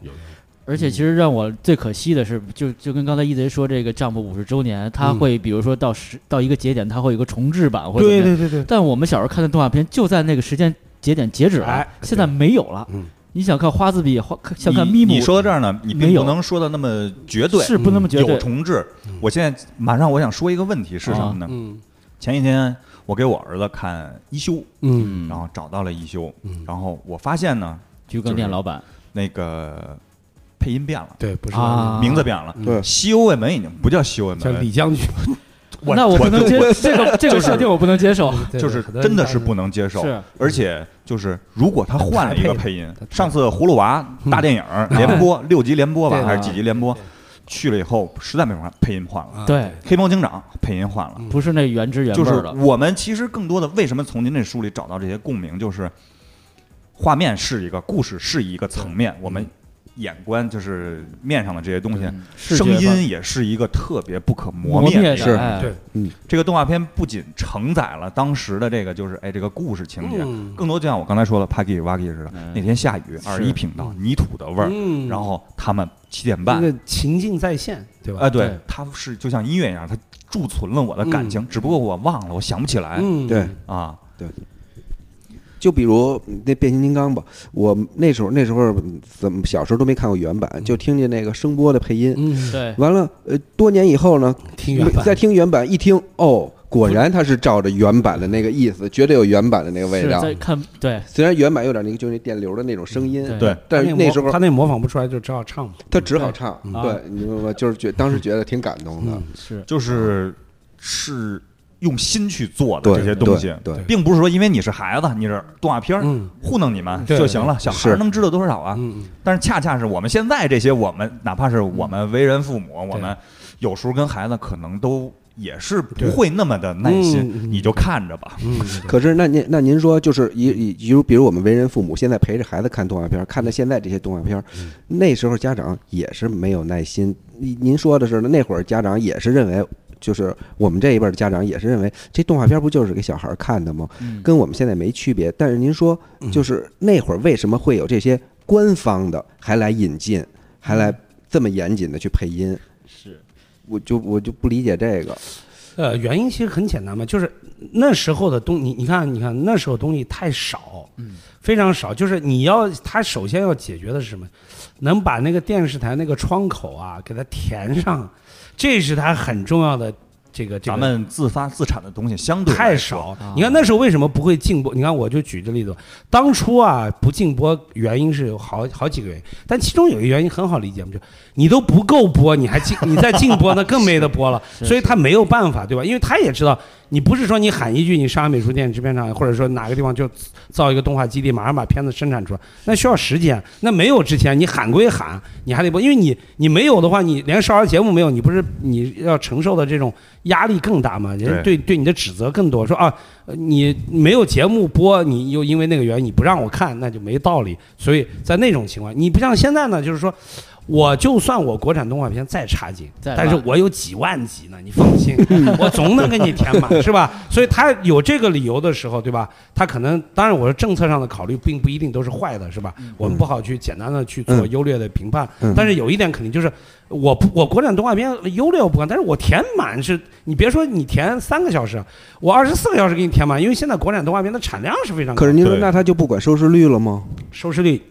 B: 而且其实让我最可惜的是，就就跟刚才一贼说这个丈夫五十周年，他
C: 嗯
B: 会比如说到十到一个节点，他会有一个重置版或者怎么
C: 对
B: 样。
C: 对对对，
B: 但我们小时候看的动画片就在那个时间节点截止了
C: 哎，
B: 现在没有了
C: 嗯。
B: 你想看花子比花，看想看
A: 你
B: 咪姆
A: 你说到这儿呢，你
B: 没
A: 并
B: 有
A: 不能说的那么绝对，嗯
B: 是不那么绝
A: 有
B: 对，
A: 重置。我现在马上我想说一个问题是什么呢？
C: 嗯
A: 前几天我给我儿子看一休，
C: 嗯
A: 然后找到了一休，
C: 嗯，
A: 然后我发现呢，
B: 桔梗店老板
A: 那个配音变了，
C: 对，不是
B: 啊，
A: 名字变了，
D: 对
A: 西欧卫门已经不叫西欧卫
C: 像
A: 门
C: 李
A: 了，
C: 将军，
A: 我
B: 那我不能接
A: 我
B: 这个这个设定，我不能接受。
A: 就是真的是不能接受。啊
B: 是，
A: 而且就是，如果他换了一个配音
C: 他配，的
A: 上次《葫芦娃》大电影连播六集连播吧，
C: 啊对
A: 还是几集连播
C: 对？
A: 去了以后实在没法配音换了，
C: 啊
B: 对，
A: 《黑猫警长》配音换了，
B: 不是那原汁原
A: 就
B: 味
A: 是
B: 儿的。
A: 我们其实更多的为什么从您这书里找到这些共鸣，就是画面是一个，故事是一个层面，我们眼观就是面上的这些东西，
B: 嗯视
A: 声
B: 觉吧
A: 音也是一个特别不可磨
B: 磨
A: 灭的
B: 灭
A: 一
B: 的
A: 个。
D: 是
B: 哎
C: 对
A: 这个动画片不仅承载了当时的这个就是哎这个故事情节，
C: 嗯
A: 更多就像我刚才说的 Paki Waki 似的，
B: 嗯
A: 那天下雨，二十一频道泥土的味儿，
C: 嗯
A: 然后他们七点
C: 那
A: 半。
C: 个情境再现，啊对吧？
A: 哎，对
B: 对，嗯
A: 它是就像音乐一样，它贮存了我的感情，只不过我忘了，我想不起来。
C: 嗯，
D: 对，
A: 啊，
D: 就比如那变形金刚吧，我那时候那时候怎么小时候都没看过原版，就听见那个声波的配音。
C: 嗯，
B: 对，
D: 完了，呃，多年以后呢，
C: 听原版
D: 再听原版一听，哦，果然它是照着原版的那个意思，绝对有原版的那个味
B: 是
D: 道。
B: 在看对
D: 虽然原版有点那个就是那电流的那种
C: 嗯
D: 声音，
B: 对
A: 对，
D: 但是那时候
C: 他那模仿不出来，就只好唱嘛。
D: 他只好唱，
C: 嗯
B: 啊
D: 对，你明白吗？就是觉当时觉得挺感动的
C: 嗯，
B: 是
A: 就是是用心去做的
D: 对
A: 这些东西，
D: 对对
A: 并不是说因为你是孩子，你是动画片儿、
C: 嗯
A: 糊弄你们
C: 对
A: 就行了，小孩
D: 是
A: 儿能知道多少啊？
C: 嗯，
A: 但是恰恰是我们现在这些，我们哪怕是我们为人父母，我们有时候跟孩子可能都也是不会那么的耐
C: 对
A: 心，
C: 嗯
A: 你就看着吧。
C: 嗯，
D: 可是，那您那您说，就是以以比如比如我们为人父母，现在陪着孩子看动画片儿，看到现在这些动画片儿，那时候家长也是没有耐心。您您说的是那会儿家长也是认为，就是我们这一辈儿的家长也是认为，这动画片儿不就是给小孩儿看的吗？
B: 嗯
D: 跟我们现在没区别。但是您说，就是那会儿为什么会有这些官方的还来引进，还来这么严谨的去配音？
B: 是
D: 我就我就不理解这个。
C: 呃，原因其实很简单嘛，就是那时候的东，你你看，你看那时候东西太少，嗯，非常少。就是你要，他首先要解决的是什么？能把那个电视台那个窗口啊，给它填上，这是他很重要的这个这
A: 咱
C: 个
A: 们自发自产的东西相对
C: 太
A: 来
C: 少
A: 说。
C: 了
B: 啊。
C: 你看那时候为什么不会禁播？你看我就举这例子，当初啊不禁播原因是有好好几个原因，但其中有一个原因很好理解嘛，就你都不够播，你还禁你再禁播，那更没 得播了。
B: 是
C: 所以他没有办法，对吧？因为他也知道，你不是说你喊一句你上海美术电影制片厂，或者说哪个地方就造一个动画基地，马上把片子生产出来，那需要时间。那没有之前，你喊归喊，你还得播，因为你你没有的话，你连少儿节目没有，你不是你要承受的这种压力更大嘛？人对对你的指责更多，说啊，呃你没有节目播，你又因为那个原因你不让我看，那就没道理。所以在那种情况，你不像现在呢，就是说。我就算我国产动画片再差劲，
B: 再
C: 但是
B: 烂
C: 我有几万集呢，你放心，我总能给你填满，是吧？所以他有这个理由的时候，对吧？他可能，当然我说政策上的考虑并不一定都是坏的，是吧？我们不好去简单的去做
D: 嗯
C: 优劣的评判，
D: 嗯
C: 但是有一点肯定就是，我不我国产动画片优劣我不管，但是我填满是，你别说你填三个小时，我二十四个小时给你填满，因为现在国产动画片的产量是非常高的。
D: 可是您说，
A: 对
D: 那他就不管收视率了吗？
C: 收视率，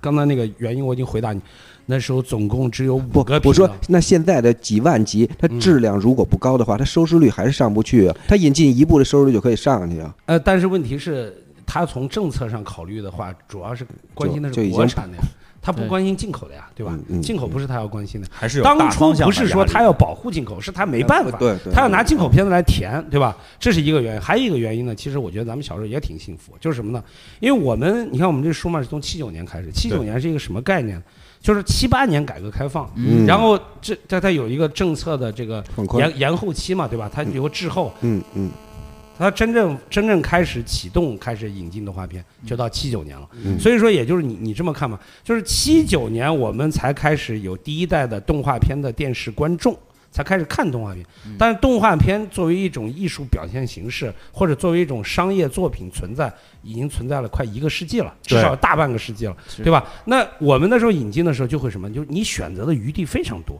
C: 刚才那个原因我已经回答你，那时候总共只有
D: 不
C: 五个，
D: 我
C: 频
D: 说
C: 道
D: 那现在的几万集，它质量如果不高的话，它收视率还是上不去啊。它引进一部的收视率就可以上去啊。
C: 呃，但是问题是，他从政策上考虑的话，主要是关心的
D: 就是已经
C: 国产的呀，他不
B: 对
C: 关心进口的呀，对吧
D: 嗯？嗯
C: 进口不是他要关心的。
A: 还是有
C: 当
A: 大
C: 初
A: 方向
C: 不
A: 的
C: 是说
A: 压力
C: 他要保护进口，是他没办法，
D: 对对，
C: 他要拿进口片子来填，对吧？这是一个原因，还有一个原因呢，其实我觉得咱们小时候也挺幸福，就是什么呢？因为我们，你看我们这书嘛是从七九年开始，七九
A: 对
C: 年是一个什么概念？就是七八年改革开放，
D: 嗯
C: 然后这它它有一个政策的这个
D: 很宽。
C: 延延后期嘛，对吧？它有个滞后，
D: 嗯嗯
C: 它真正真正开始启动、开始引进动画片，就到七九年了。
D: 嗯
C: 所以说，也就是你你这么看嘛，就是七九年我们才开始有第一代的动画片的电视观众。才开始看动画片，
D: 嗯
C: 但是动画片作为一种艺术表现形式，或者作为一种商业作品存在，已经存在了快一个世纪了，至
A: 对
C: 少大半个世纪了，
B: 是
C: 对吧？那我们那时候引进的时候就会什么？就是你选择的余地非常多，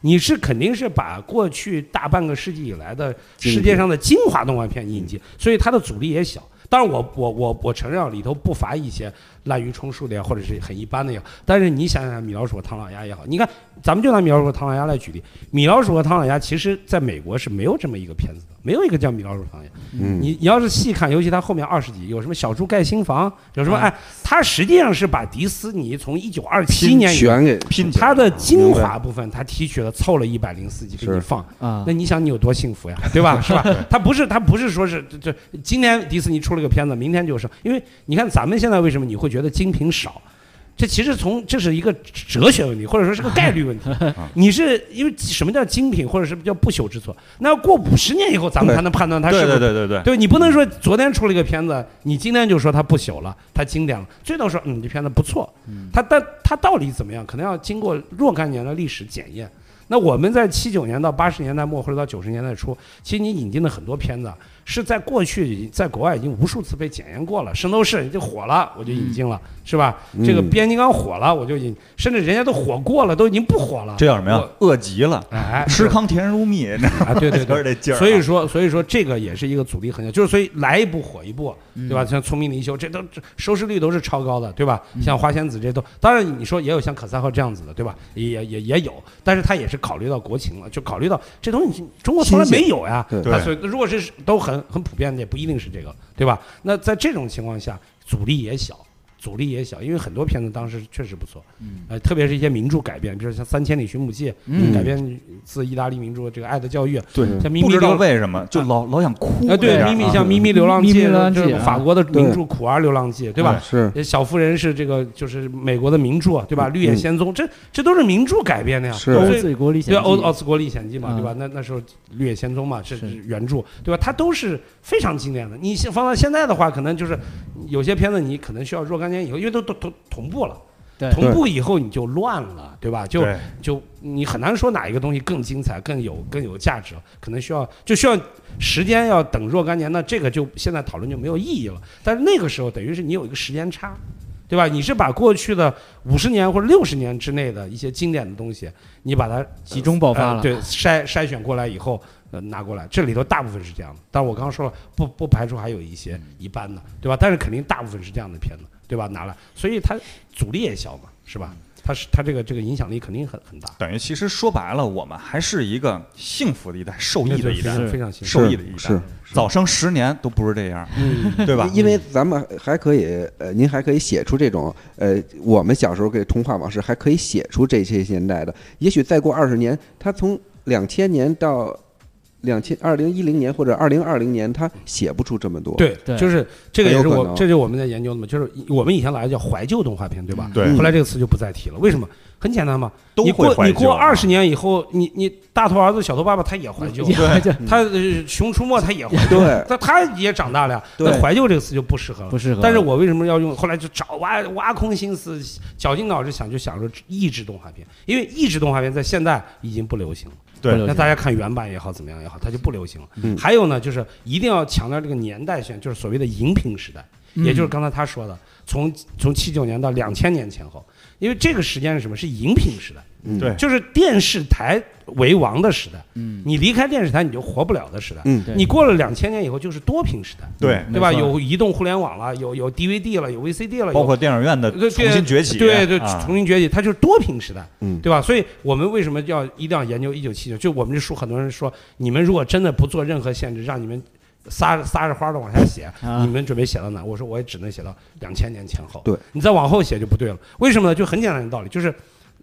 C: 你是肯定是把过去大半个世纪以来的世界上的精华动画片引进，所以它的阻力也小。当然我，我我我承认啊里头不乏一些滥竽充数的呀，或者是很一般的呀。但是你想想，米老鼠和唐老鸭也好，你看，咱们就拿米老鼠和唐老鸭来举例，米老鼠和唐老鸭其实在美国是没有这么一个片子的，没有一个叫米老鼠和唐老鸭。
D: 嗯，
C: 你你要是细看，尤其它后面二十集，有什么小猪盖新房，有什么
B: 嗯
C: 哎，它实际上是把迪斯尼从一九二七
A: 拼
C: 年以来
D: 全给
A: 拼起来
C: 它的精华部分，它提取了凑了一百零四集给你
D: 是
C: 放，
B: 啊
C: 那，你想你有多幸福呀，对 吧？是吧？他不是他不是说是这这今天迪士尼出了个片子，明天就是，因为你看咱们现在为什么你会觉得精品少？这其实从这是一个哲学问题，或者说是个概率 问题。
A: 啊
C: 你是因为什么叫精品，或者什么叫不朽之作？那要过五十年以后，咱们才能判断它是
A: 对
C: 不
A: 对
C: 是
A: 对对 对，
C: 对你不能说昨天出了一个片子，你今天就说它不朽了，它经典了，最多说嗯这片子不错，它但它到底怎么样，可能要经过若干年的历史检验。那我们在七九年到八十年代末或者到九十年代初，其实你引进的很多片子啊是在过去已在国外已经无数次被检验过了，《圣斗士》就火了，我就引进了，是吧？这个
D: 嗯
C: 变形金刚火了，我就引，甚至人家都火过了，都已经不火了。
A: 这叫什么呀？饿极了，
C: 哎，
A: 吃糠甜如蜜，你知道吗
C: 啊，对对
A: 就
C: 对
A: 是，这劲儿啊。
C: 所以说，所以说这个也是一个阻力很小，就是所以来一步火一步，对吧？像《聪明的一休》这都这收视率都是超高的，对吧？像《花仙子》这都，当然你说也有像《可赛号》这样子的，对吧？也也也也有，但是他也是考虑到国情了，就考虑到这东西中国从来
D: 新鲜
C: 没有呀，
D: 对
C: 它所以如果是都很很普遍的，也不一定是这个，对吧？那在这种情况下，阻力也小。阻力也小，因为很多片子当时确实不错，
B: 嗯
C: 呃，特别是一些名著改编，比如像《三千里寻母记》，
B: 嗯
C: 改编自意大利名著《这个爱的教育》，
A: 对
D: 嗯
C: 像《咪咪
A: 不知
C: 流
A: 道为什么就老老想哭。
C: 啊，对，
A: 这样
C: 咪咪
A: 啊
C: 像咪咪流浪
B: 咪咪
C: 记，
B: 流浪
C: 这
B: 记
C: 个
B: 啊
C: 法国的名著《苦啊儿流浪记》，对吧？
D: 是
C: 呃小妇人是这个，就是美国的名著，对吧？《绿野
D: 嗯
C: 仙踪》这这都是名著改编的呀，
D: 是
C: 所
B: 欧
C: 以
B: 子国历险
C: 对
B: 记
C: 《欧奥斯国历险记》嘛，
B: 嗯
C: 对吧？那那时候《绿野仙踪》嘛是
B: 是
C: 是原著，对吧？它都是非常经典的。你现放到现在的话，可能就是有些片子你可能需要若干年以后，因为都都都同步了，
B: 对
C: 同步以后你就乱了，对吧？就
A: 对
C: 就你很难说哪一个东西更精彩、更有更有价值，可能需要就需要时间要等若干年，那这个就现在讨论就没有意义了。但是那个时候等于是你有一个时间差，对吧？你是把过去的五十年或者六十年之内的一些经典的东西，你把它
B: 集中爆发
C: 呃
B: 了，
C: 对，筛筛选过来以后，呃，拿过来，这里头大部分是这样的。但我刚刚说了，不不排除还有一些
A: 嗯
C: 一般
A: 嗯
C: 的，对吧？但是肯定大部分是这样的片子，对吧？拿来，所以它阻力也小嘛，是吧？它是它这个这个影响力肯定很很大。
A: 等于其实说白了，我们还是一个幸福的一代，受益的一代
C: 非，常
B: 是
C: 非常幸福。
A: 受益的一代。
D: 是
A: 早生十年都不是这样，
C: 嗯，
A: 对吧？
D: 因为咱们还可以，呃，您还可以写出这种，呃，我们小时候给童话往事，还可以写出这些年代的。也许再过二十年，他从两千年到两千二零一零年或者二零二零年，他写不出这么多。，
C: 对，
B: 对
C: 就是这个也是
D: 很有
C: 我
D: 可能
C: 这就是我们在研究的嘛，就是我们以前老爱叫怀旧动画片，对吧？
A: 对
D: 嗯
C: 后来这个词就不再提了，为什么？很简单嘛，
A: 都
C: 你
A: 会
C: 过
A: 怀
C: 你
A: 旧
C: 过
A: 啊
C: 二十年以后，你你大头儿子小头爸爸他也怀旧，
B: 对，就
C: 他呃熊出没他也怀 旧，
D: 对
C: 他他也长大了呀，
D: 对
C: 那怀旧这个词就不适合了
B: 不。适合。
C: 但是我为什么要用？后来就找挖挖空心思，绞尽脑汁想，就想说益智动画片，因为益智动画片在现在已经不流行了。
B: 不
A: 对
B: 流
C: 那
B: 行
C: 大家看原版也好，怎么样也好，它就不流行了。
D: 嗯
C: 还有呢，就是一定要强调这个年代性，就是所谓的荧屏时代，
B: 嗯
C: 也就是刚才他说的，从从七九年到两千年前后，因为这个时间是什么？是荧屏时代，
D: 嗯
A: 对
C: 就是电视台为王的时代。
B: 嗯，
C: 你离开电视台你就活不了的时代。
D: 嗯，
B: 对
C: 你过了两千年以后就是多屏时代，
A: 对，
C: 对吧？
B: 没错
C: 有移动互联网了，有有 DVD 了，有 VCD 了，
A: 包
C: 有
A: 括电影院的
C: 对
A: 重新崛起，
C: 对对，
A: 啊
C: 重新崛起，它就是多屏时代，
D: 嗯
C: 对吧？所以我们为什么要一定要研究一九七九？就我们这书，很多人说，你们如果真的不做任何限制，让你们撒撒着花的往下写，
B: 啊
C: 你们准备写到哪？我说我也只能写到两千年前后，
D: 对
C: 你再往后写就不对了。为什么呢？就很简单的道理，就是，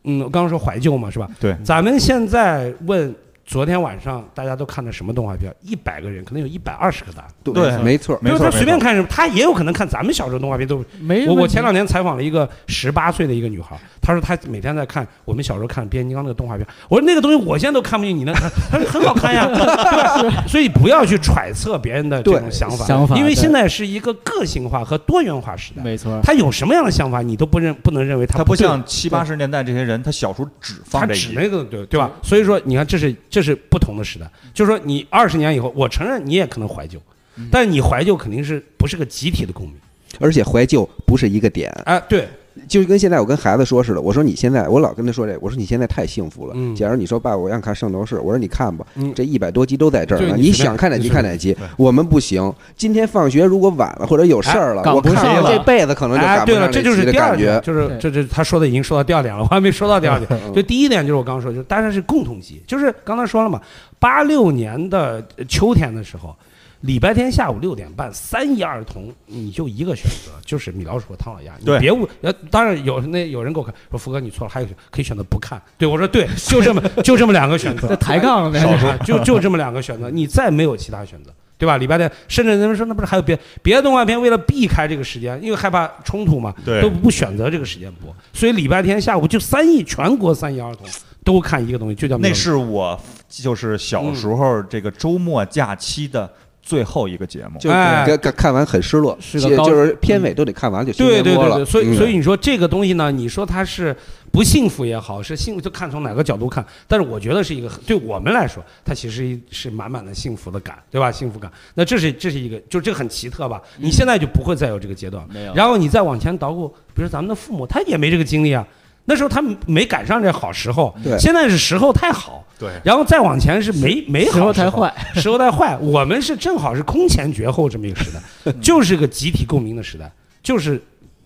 C: 嗯，我刚刚说怀旧嘛，是吧？
A: 对
C: 咱们现在问。昨天晚上大家都看的什么动画片？一百个人可能有一百二十个答案，
A: 对
D: 没错。
A: 没
C: 就是
A: 错
C: 他随便
A: 没错
C: 看什么，他也有可能看咱们小时候动画片都
B: 没
C: 我
B: 问
C: 我
B: 题
C: 前两年采访了一个十八岁的一个女孩，她说她每天在看我们小时候看变形金刚那个动画片。我说那个东西我现在都看不进你那，她说 很好看呀，对 吧？所以不要去揣测别人的这种
D: 对
C: 想法，
B: 想法
C: 因为
B: 对
C: 现在是一个个性化和多元化时代。
B: 没错，
C: 他有什么样的想法，你都不认不能认为他
A: 他不
C: 对
A: 像七八十年代这些人，他小时候只
C: 他
A: 放这
C: 只
A: 一，
C: 那个对对
B: 嗯
C: 吧？所以说，你看这是这是不同的时代，就是说你二十年以后，我承认你也可能怀旧，
B: 嗯
C: 但你怀旧肯定是不是个集体的共鸣？
D: 而且怀旧不是一个点，
B: 啊
C: 哎，对，
D: 就跟现在我跟孩子说似的，我说你现在，我老跟他说这，我说你现在太幸福了。
C: 嗯
D: 假如你说爸，我想看《圣斗士》，我说你看吧，
C: 嗯
D: 这一百多集都在这儿
C: 对
D: 呢，
C: 你
D: 你
C: 随便
D: 想看哪集
C: 你
D: 看哪集
A: 便对。
D: 我们不行，今天放学如果晚了或者有事儿了，
B: 哎赶
D: 我
B: 不上
D: 看
B: 了
D: 这辈子可能就
C: 哎，
D: 赶不
C: 对
D: 上
C: 了，这就是
D: 集的
C: 第二
D: 感
C: 点，
D: 觉。
C: 就是
B: 对
C: 这这他说的已经说到第二点了，我还没说到第二点。
D: 嗯
C: 就第一点就是我刚刚说，就是当然是共同记忆，就是刚才说了嘛，八六年的呃秋天的时候，礼拜天下午六点半，三一儿童，你就一个选择，就是米老鼠和唐老鸭，你
A: 对
C: 别误。呃，当然有那有人给我看说福哥你错了，还有一个可以选择不看。对我说对，就这么就这么两个选择
B: 这，抬 杠了呗，
A: 少
C: 啊，就就这么两个选择，你再没有其他选择，对吧？礼拜天，甚至人们说那不是还有别别的动画片，为了避开这个时间，因为害怕冲突嘛，
A: 对
C: 都不选择这个时间播，所以礼拜天下午就三亿全国三亿儿童都看一个东西，就叫
A: 那是我就是小时候这个周末假期的最后一个节目，
D: 就是
C: 哎
D: 看看看完很失落，
B: 是个
D: 就
B: 高
D: 就是片尾都得看完就新
C: 对
D: 年
C: 对
D: 播
C: 对
D: 了。
C: 嗯对，所以
D: 嗯
C: 所以你说这个东西呢，你说它是不幸福也好，是幸福就看从哪个角度看，但是我觉得是一个对我们来说，它其实是满满的幸福的感，对吧？幸福感，那这是这是一个，就这个很奇特吧？你现在就不会再有这个阶段了。
B: 没有，
C: 然后你再往前捣鼓，比如咱们的父母，他也没这个经历啊。那时候他们没赶上这好时候，
D: 对
C: 现在是时候太好，
A: 对
C: 然后再往前是没没好
B: 时候太
C: 坏，
B: 坏，
C: 时候太坏。我们是正好是空前绝后这么一个时 代，就是个集体共鸣的时代，就是。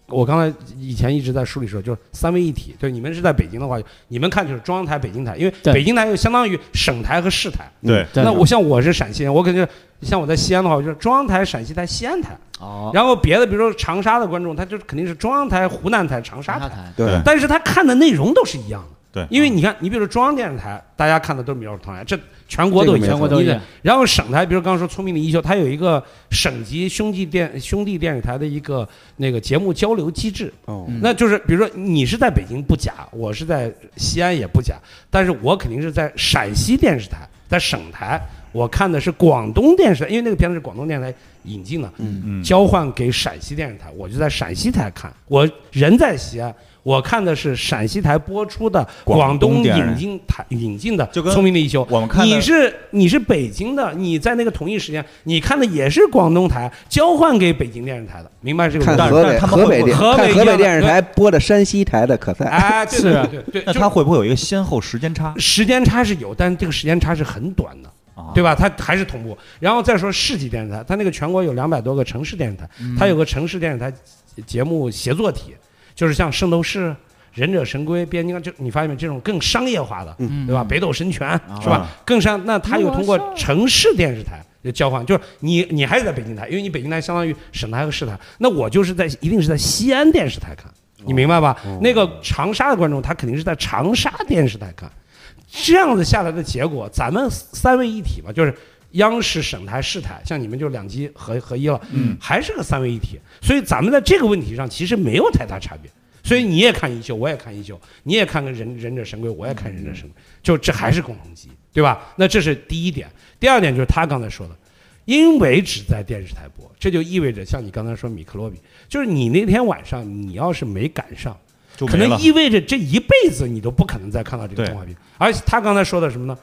C: 我刚才以前一直在书里说，就是三位一体。对，你们是在北京的话，你们看就是中央台、北京台，因为
B: 对
C: 北京台又相当于省台和市台。
A: 对
B: 对
C: 那我像我是陕西人，我肯定是像我在西安的话，我就是中央台、陕西台、西安台。
B: 哦，
C: 然后别的，比如说长沙的观众，他就是肯定是中央台、湖南台、长沙台，
B: 台，
D: 对
A: 对
C: 但是他看的内容都是一样的。
A: 对
C: 因为你看，你比如说中央电视台，大家看的都是《米老鼠唐来》，这全国都一样，
B: 全国都一样。
C: 然后省台，比如刚刚说《聪明的一休》，它有一个省级兄弟电兄弟电视台的一个那个节目交流机制，
D: 哦
B: 嗯
C: 那就是比如说你是在北京不假，我是在西安也不假，但是我肯定是在陕西电视台，在省台，我看的是广东电视台，因为那个片子是广东电视台引进的，
A: 嗯，
C: 交换给陕西电视台，我就在陕西台看，我人在西安，我看的是陕西台播出的
A: 广
C: 广
A: 东
C: 东
A: 电视台
C: 引进台引进的
A: 就跟
C: 《聪明的一休》。
A: 我们看的
C: 你是你是北京的，你在那个同一时间，你看的也是广东台交换给北京电视台的，明白这个
D: 看
C: 逻
A: 但是但
D: 河北
C: 辑？
A: 是他们
D: 河北
A: 会
D: 电
C: 河北
D: 看河
C: 一样
D: 北
C: 的
D: 电视
C: 对
D: 台播的山西台的可赛，
C: 哎，对
B: 是
C: 对
B: 啊
C: 对对，
A: 那
C: 就
A: 他会不会有一个先后时间差？
C: 时间差是有，但是这个时间差是很短的。
A: 啊
C: 对吧？它还是同步。然后再说市级电视台，它那个全国有两百多个城
B: 嗯
C: 市电视台，它有个城市电视台节目协作体，就是像《圣斗士》，忍者神龟、变形金刚，就你发现没？这种更商业化的，
B: 嗯
C: 对吧？北斗神拳是吧
A: 啊？
C: 更上，那他又通过城市电视台的交换，就是你你还是在北京台，因为你北京台相当于省台和市台，那我就是在一定是在西安电视台看，你明白吧？那个长沙的观众他肯定是在长沙电视台看，这样子下来的结果，咱们三位一体吧，就是。央视、省台、市台，像你们就两机合合一了，
A: 嗯，
C: 还是个三位一体，所以咱们在这个问题上其实没有太大差别。所以你也看一休，我也看一休，你也看个忍忍者神龟，我也看忍者神龟，就这还是共同记忆，对吧？那这是第一点。第二点就是他刚才说的，因为只在电视台播，这就意味着像你刚才说米克罗比，就是你那天晚上你要是没赶上，
A: 就
C: 可
A: 没了
C: 能。意味着这一辈子你都不可能再看到这个
A: 对
C: 动画片。而且他刚才说的什么呢？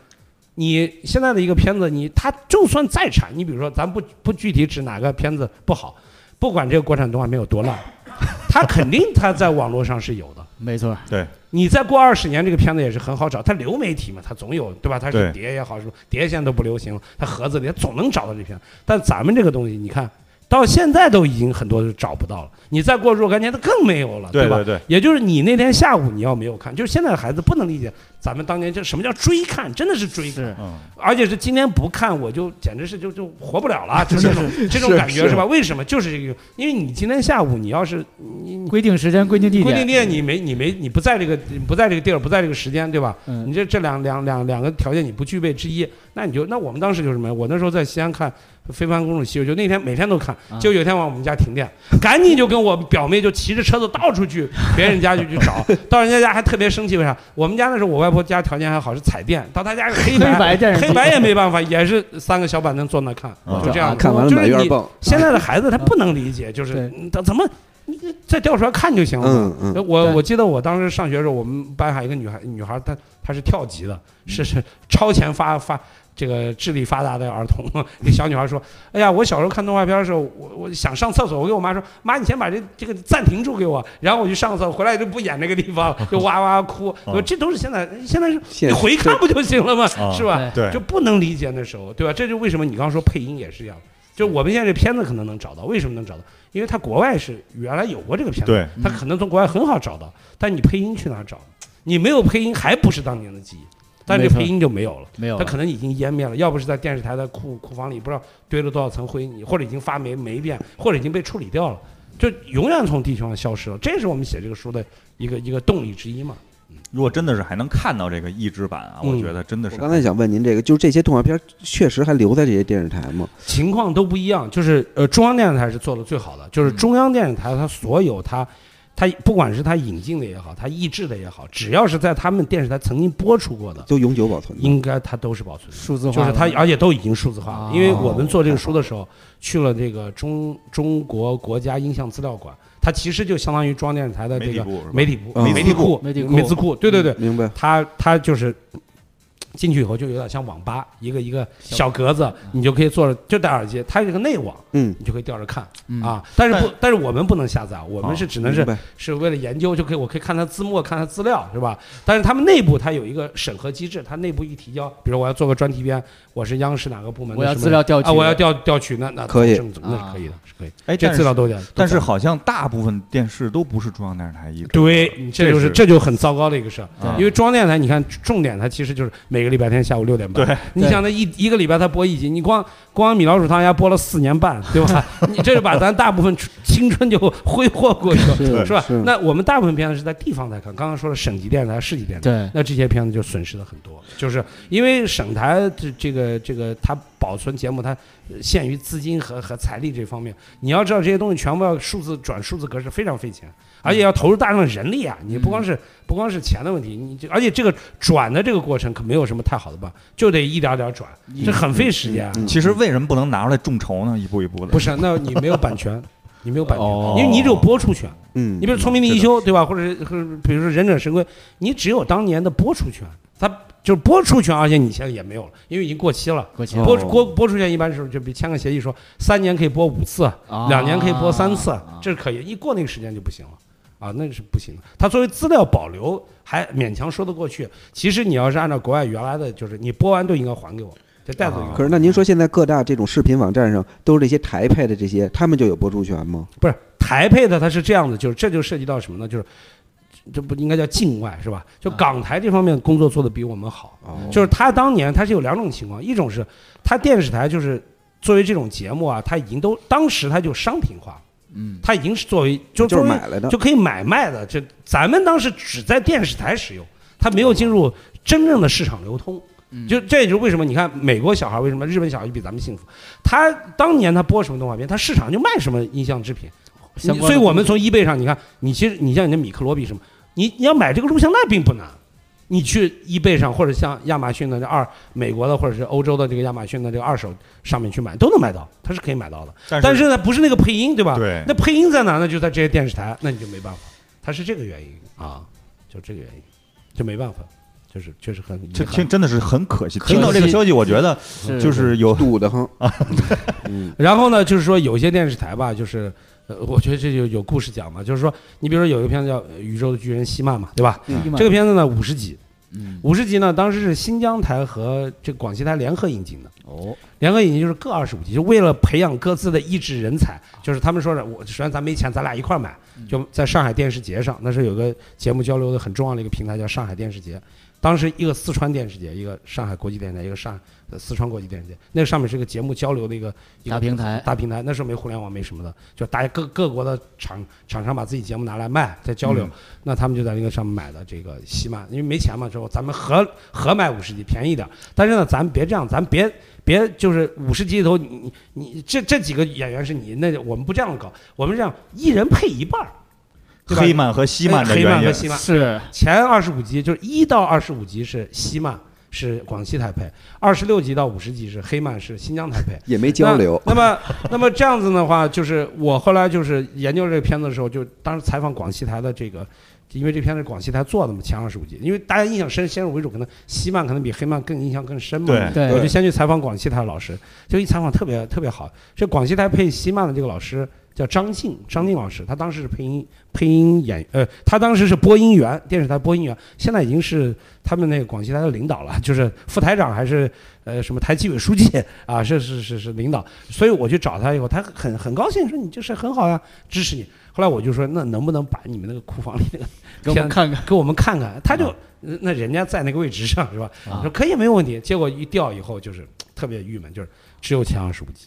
C: 你现在的一个片子，你它就算再差，你比如说，咱不不具体指哪个片子不好，不管这个国产动画片有多烂，它肯定它在网络上是有的。
B: 没错，
A: 对，
C: 你再过二十年，这个片子也是很好找。它流媒体嘛，它总有，对吧？它是
A: 对
C: 碟也好，什么碟现在都不流行了，它盒子里总能找到这片。但咱们这个东西，你看到现在都已经很多都找不到了。你再过若干年，它更没有了，
A: 对
C: 吧？
A: 对对，
C: 也就是你那天下午你要没有看，就是现在的孩子不能理解咱们当年这什么叫追看，真的是追看，
B: 是
A: 嗯，
C: 而且是今天不看我就简直是就就活不 了了，就这种这种感觉
D: 是
C: 是吧？为什么？就是这个，因为你今天下午你要是你你
B: 规定时间、规定地
C: 规定
B: 点，
C: 店你没你没你不在这个你不在这个地儿不在这个时间对吧？你
B: 嗯，
C: 这这两两两两个条件你不具备之一，那你就那我们当时就是什么呀？我那时候在西安看《非凡公主西游》，就那天每天都看，
B: 啊
C: 结果有一天晚上我们家停电，赶紧就跟我表妹就骑着车子到处去别人家就去找，到人家家还特别生气，为啥？我们家那时候我外婆家条件还好，是彩电，到她家是黑
B: 黑
C: 白。
B: 白电视机，
C: 黑白也没办法，也是三个小板凳坐那看，
A: 啊
C: 就这样。
D: 看完了
C: 就是
D: 满院
C: 你
D: 蹦，
C: 现在的孩子他不能理解，就是
B: 对
C: 嗯他怎么你这再调出来看就行了。
D: 嗯嗯，
C: 呃我
B: 对
C: 我记得我当时上学的时候，我们班还有一个女孩，女孩她她是跳级的，是是超前发发这个智力发达的儿童。 那小女孩说：“哎呀，我小时候看动画片的时候，我我想上厕所，我跟我妈说，妈，你先把这这个暂停住给我，然后我去上厕所，回来就不演那个地方了，就哇哇哭。我说这都是现在现在是
D: 现
C: 你回看不就行了吗？
A: 啊
C: 是吧？
A: 对
C: 就不能理解那时候，对吧？这就为什么你刚刚说配音也是一样，就我们现在这片子可能能找到，为什么能找到？因为它国外是原来有过这个片子。”
A: 对，
C: 他可能从国外很好找到，但你配音去哪儿找？你没有配音还不是当年的记忆，但这
B: 没错
C: 配音就没有了，
B: 没有
C: 它
B: 了，
C: 可能已经湮灭了。要不是在电视台的库库房里不知道堆了多少层灰泥，或者已经发霉霉变，或者已经被处理掉了，就永远从地球上消失了。这是我们写这个书的一个一个动力之一嘛。
A: 如果真的是还能看到这个译制版啊，我
C: 嗯
A: 觉得真的是
D: 我刚才想问您这个，就是这些动画片确实还留在这些电视台吗？
C: 情况都不一样，就是呃，中央电视台是做的最好的，就是
B: 嗯
C: 中央电视台它所有它，它不管是它引进的也好，它译制的也好，只要是在他们电视台曾经播出过的，
D: 都永久保存的。
C: 应该它都是保存的。
B: 数字
C: 就
B: 化
C: 是
B: 了，
C: 它，而且都已经数字化了。
B: 哦
C: 因为我们做这个书的时候，去了这个中中国国家音像资料馆，它其实就相当于中央电视台的
A: 媒
C: 这
A: 体
C: 个
A: 部是吧
C: 媒体部、
D: 嗯
C: 媒体库、
B: 媒体嗯库
C: 媒体库，对对对，
D: 明白。
C: 它它就是进去以后就有点像网吧，一个一个小格子，
B: 嗯
C: 你就可以坐着就戴耳机，它是个内网，
D: 嗯，
C: 你就可以吊着看
B: 嗯
C: 啊。但是不，但是我们不能下载，我们
A: 哦
C: 是只能是
D: 明白
C: 是为了研究，就可以我可以看它字幕，看它资料，是吧？但是他们内部它有一个审核机制，它内部一提交，比如我要做个专题编，我是央视哪个部门的
B: 我要
C: 什么
B: 资料调取啊
C: 啊，我要调调取，那那
D: 可以
C: 正那是可以的，是可以，
A: 哎，
C: 这
A: 但
C: 资料
A: 是
C: 都调。
A: 但是
C: 都在
A: 好像大部分电视都不是中央电视台译制，
C: 对，你这就
A: 这
C: 是
A: 是
C: 这就很糟糕的一个事儿。
A: 啊
C: 因为中央电视台，你看重点，它其实就是每个礼拜天下午六点半。
A: 对，
C: 你想那一一个礼拜它播一集，你光光米老鼠汤家播了四年半，对吧？ 你这就把咱大部分青春就挥霍过去了，
B: 是
C: 是吧
D: 嗯是？
C: 那我们大部分片子是在地方台看，刚刚说了省级电视台、市级电视台，
B: 对，
C: 那这些片子就损失了很多，就是因为省台这这个这个它保存节目它呃限于资金和和财力这方面，你要知道这些东西全部要数字转数字格式非常费钱，而且要投入大量的人力啊，你不
D: 嗯
C: 光是不光是钱的问题，你这而且这个转的这个过程可没有什么太好的办法，就得一点点转，这很费时间啊。
D: 嗯
A: 其实为什么不能拿出来众筹呢？一步一步的，
C: 不是，那你没有版权，你没有版权，
B: 哦
C: 因为你只有播出权。
D: 嗯，
C: 你比如《聪明的一休》，对吧？或者是或者比如说《忍者神龟》，你只有当年的播出权，它就是播出权，而且你现在也没有了，因为已经过期了。
B: 过去
D: 哦
C: 播出播播出权一般是就比签个协议说三年可以播五次，
D: 啊
C: 两年可以播三次，这是可以。一过那个时间就不行了。啊，那是不行的。它作为资料保留还勉强说得过去。其实你要是按照国外原来的，就是你播完都应该还给我，这袋子应该还给我。
D: 可是那您说现在各大这种视频网站上都是这些台配的这些，他们就有播出权吗？
C: 不是台配的，它是这样的，就是这就涉及到什么呢？就是这不应该叫境外是吧？就港台这方面工作做得比我们好。
D: 啊哦
C: 就是他当年他是有两种情况，一种是他电视台就是作为这种节目啊，他已经都当时他就商品化，
B: 嗯，
C: 他已经是作为就
D: 就是
C: 作为
D: 买来的，
C: 就可以买卖的。这咱们当时只在电视台使用，它没有进入真正的市场流通。
B: 嗯
C: 就这也就是为什么你看美国小孩为什么日本小孩就比咱们幸福，他当年他播什么动画片，他市场就卖什么音像制品，
B: 相关的
C: 所以我们从 eBay 上你看，你其实你像你的米克罗比什么，你你要买这个录像带并不难，你去 eBay 上或者像亚马逊的这二美国的或者是欧洲的这个亚马逊的这个二手上面去买都能买到，它是可以买到的，但是呢不是那个配音对吧？
A: 对
C: 那配音在哪呢？就在这些电视台，那你就没办法，它是这个原因啊，就这个原因，就没办法，就是确实很遗
A: 这
C: 憾
A: 听真的是很可惜。
B: 可惜
A: 听到这个消息，我觉得就是有
D: 堵得慌啊，嗯，
C: 然后呢，就是说有些电视台吧，就是呃，我觉得这就有故事讲嘛，就是说你比如说有一个片子叫《呃宇宙的巨人希曼》嘛，对吧？这个片子呢五十集，
B: 嗯
C: 五十集呢当时是新疆台和这个广西台联合引进的。
B: 哦，
C: 联合引进就是各二十五集，就为了培养各自的益智人才。就是他们说的，我首先咱没钱，咱俩一块儿买，就在上海电视节上，那时候有个节目交流的很重要的一个平台叫上海电视节。当时一个四川电视节，一个上海国际电视台，一个上呃四川国际电视节，那上面是一个节目交流的一个一个
B: 大平台
C: 大平台。那时候没互联网，没什么的，就大家各各国的厂厂商把自己节目拿来卖，在交流。
A: 嗯
C: 那他们就在那个上面买的这个西曼，因为没钱嘛，之后咱们合合买五十集，便宜点儿。但是呢，咱别这样，咱别别就是五十集里头，你你你这这几个演员是你，那我们不这样搞，我们这样一人配一半儿，对吧
A: 黑曼和西曼的
C: 黑
A: 原
C: 曼和
A: 因。
C: 西曼，
B: 是
C: 前二十五集就是一到二十五集是西曼是广西台配，二十六集到五十集是黑曼是新疆台配。
D: 也没交流，
C: 那。那么，那么这样子的话，就是我后来就是研究这个片子的时候，就当时采访广西台的这个，因为这片子是广西台做的嘛，前二十五集，因为大家印象深，先入为主，可能西曼可能比黑曼更印象更深嘛。
A: 对啊
B: 对
C: 哎我就先去采访广西台老师，就一采访特别特别好。这广西台配西曼的这个老师叫张静，张静老师，他当时是配音配音演呃，他当时是播音员，电视台播音员，现在已经是他们那个广西台的领导了， 就是副台长还是呃什么台纪委书记 啊，是是是是领导。所以我去找他以后，他很很高兴说你这事很好呀，支持你。后来我就说那能不能把你们那个库房里
B: 给
C: 那个
B: 我们看啊看
C: 给我们看看？他就、呃那人家在那个位置上是吧？我
B: 啊
C: 说！可以没有问题。结果一调以后就是特别郁闷，就是只有前二十五集。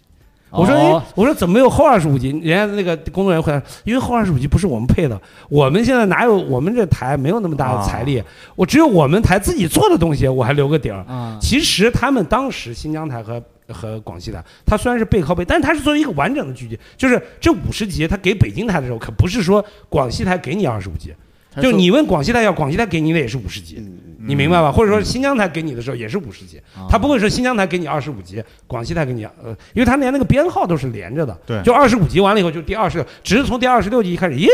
C: 我说、
B: 哦
C: 哎，我说怎么没有后二十五集？人家那个工作人员回来，因为后二十五集不是我们配的，我们现在哪有我们这台没有那么大的财力，我只有我们台自己做的东西，我还留个底儿。
B: 啊，
C: 其实他们当时新疆台和和广西台，它虽然是背靠背，但是它是作为一个完整的剧集，就是这五十集，它给北京台的时候，可不是说广西台给你二十五集，
B: 他
C: 就
B: 说
C: 你问广西台要，广西台给你的也是五十集，
D: 嗯，
C: 你明白吧？或者说新疆台给你的时候也是五十集，
B: 啊
C: 他不会说新疆台给你二十五集，广西台给你呃，因为他连那个编号都是连着的，
A: 对
C: 就二十五集完了以后就第二十六，只是从第二十六集一开始，咦，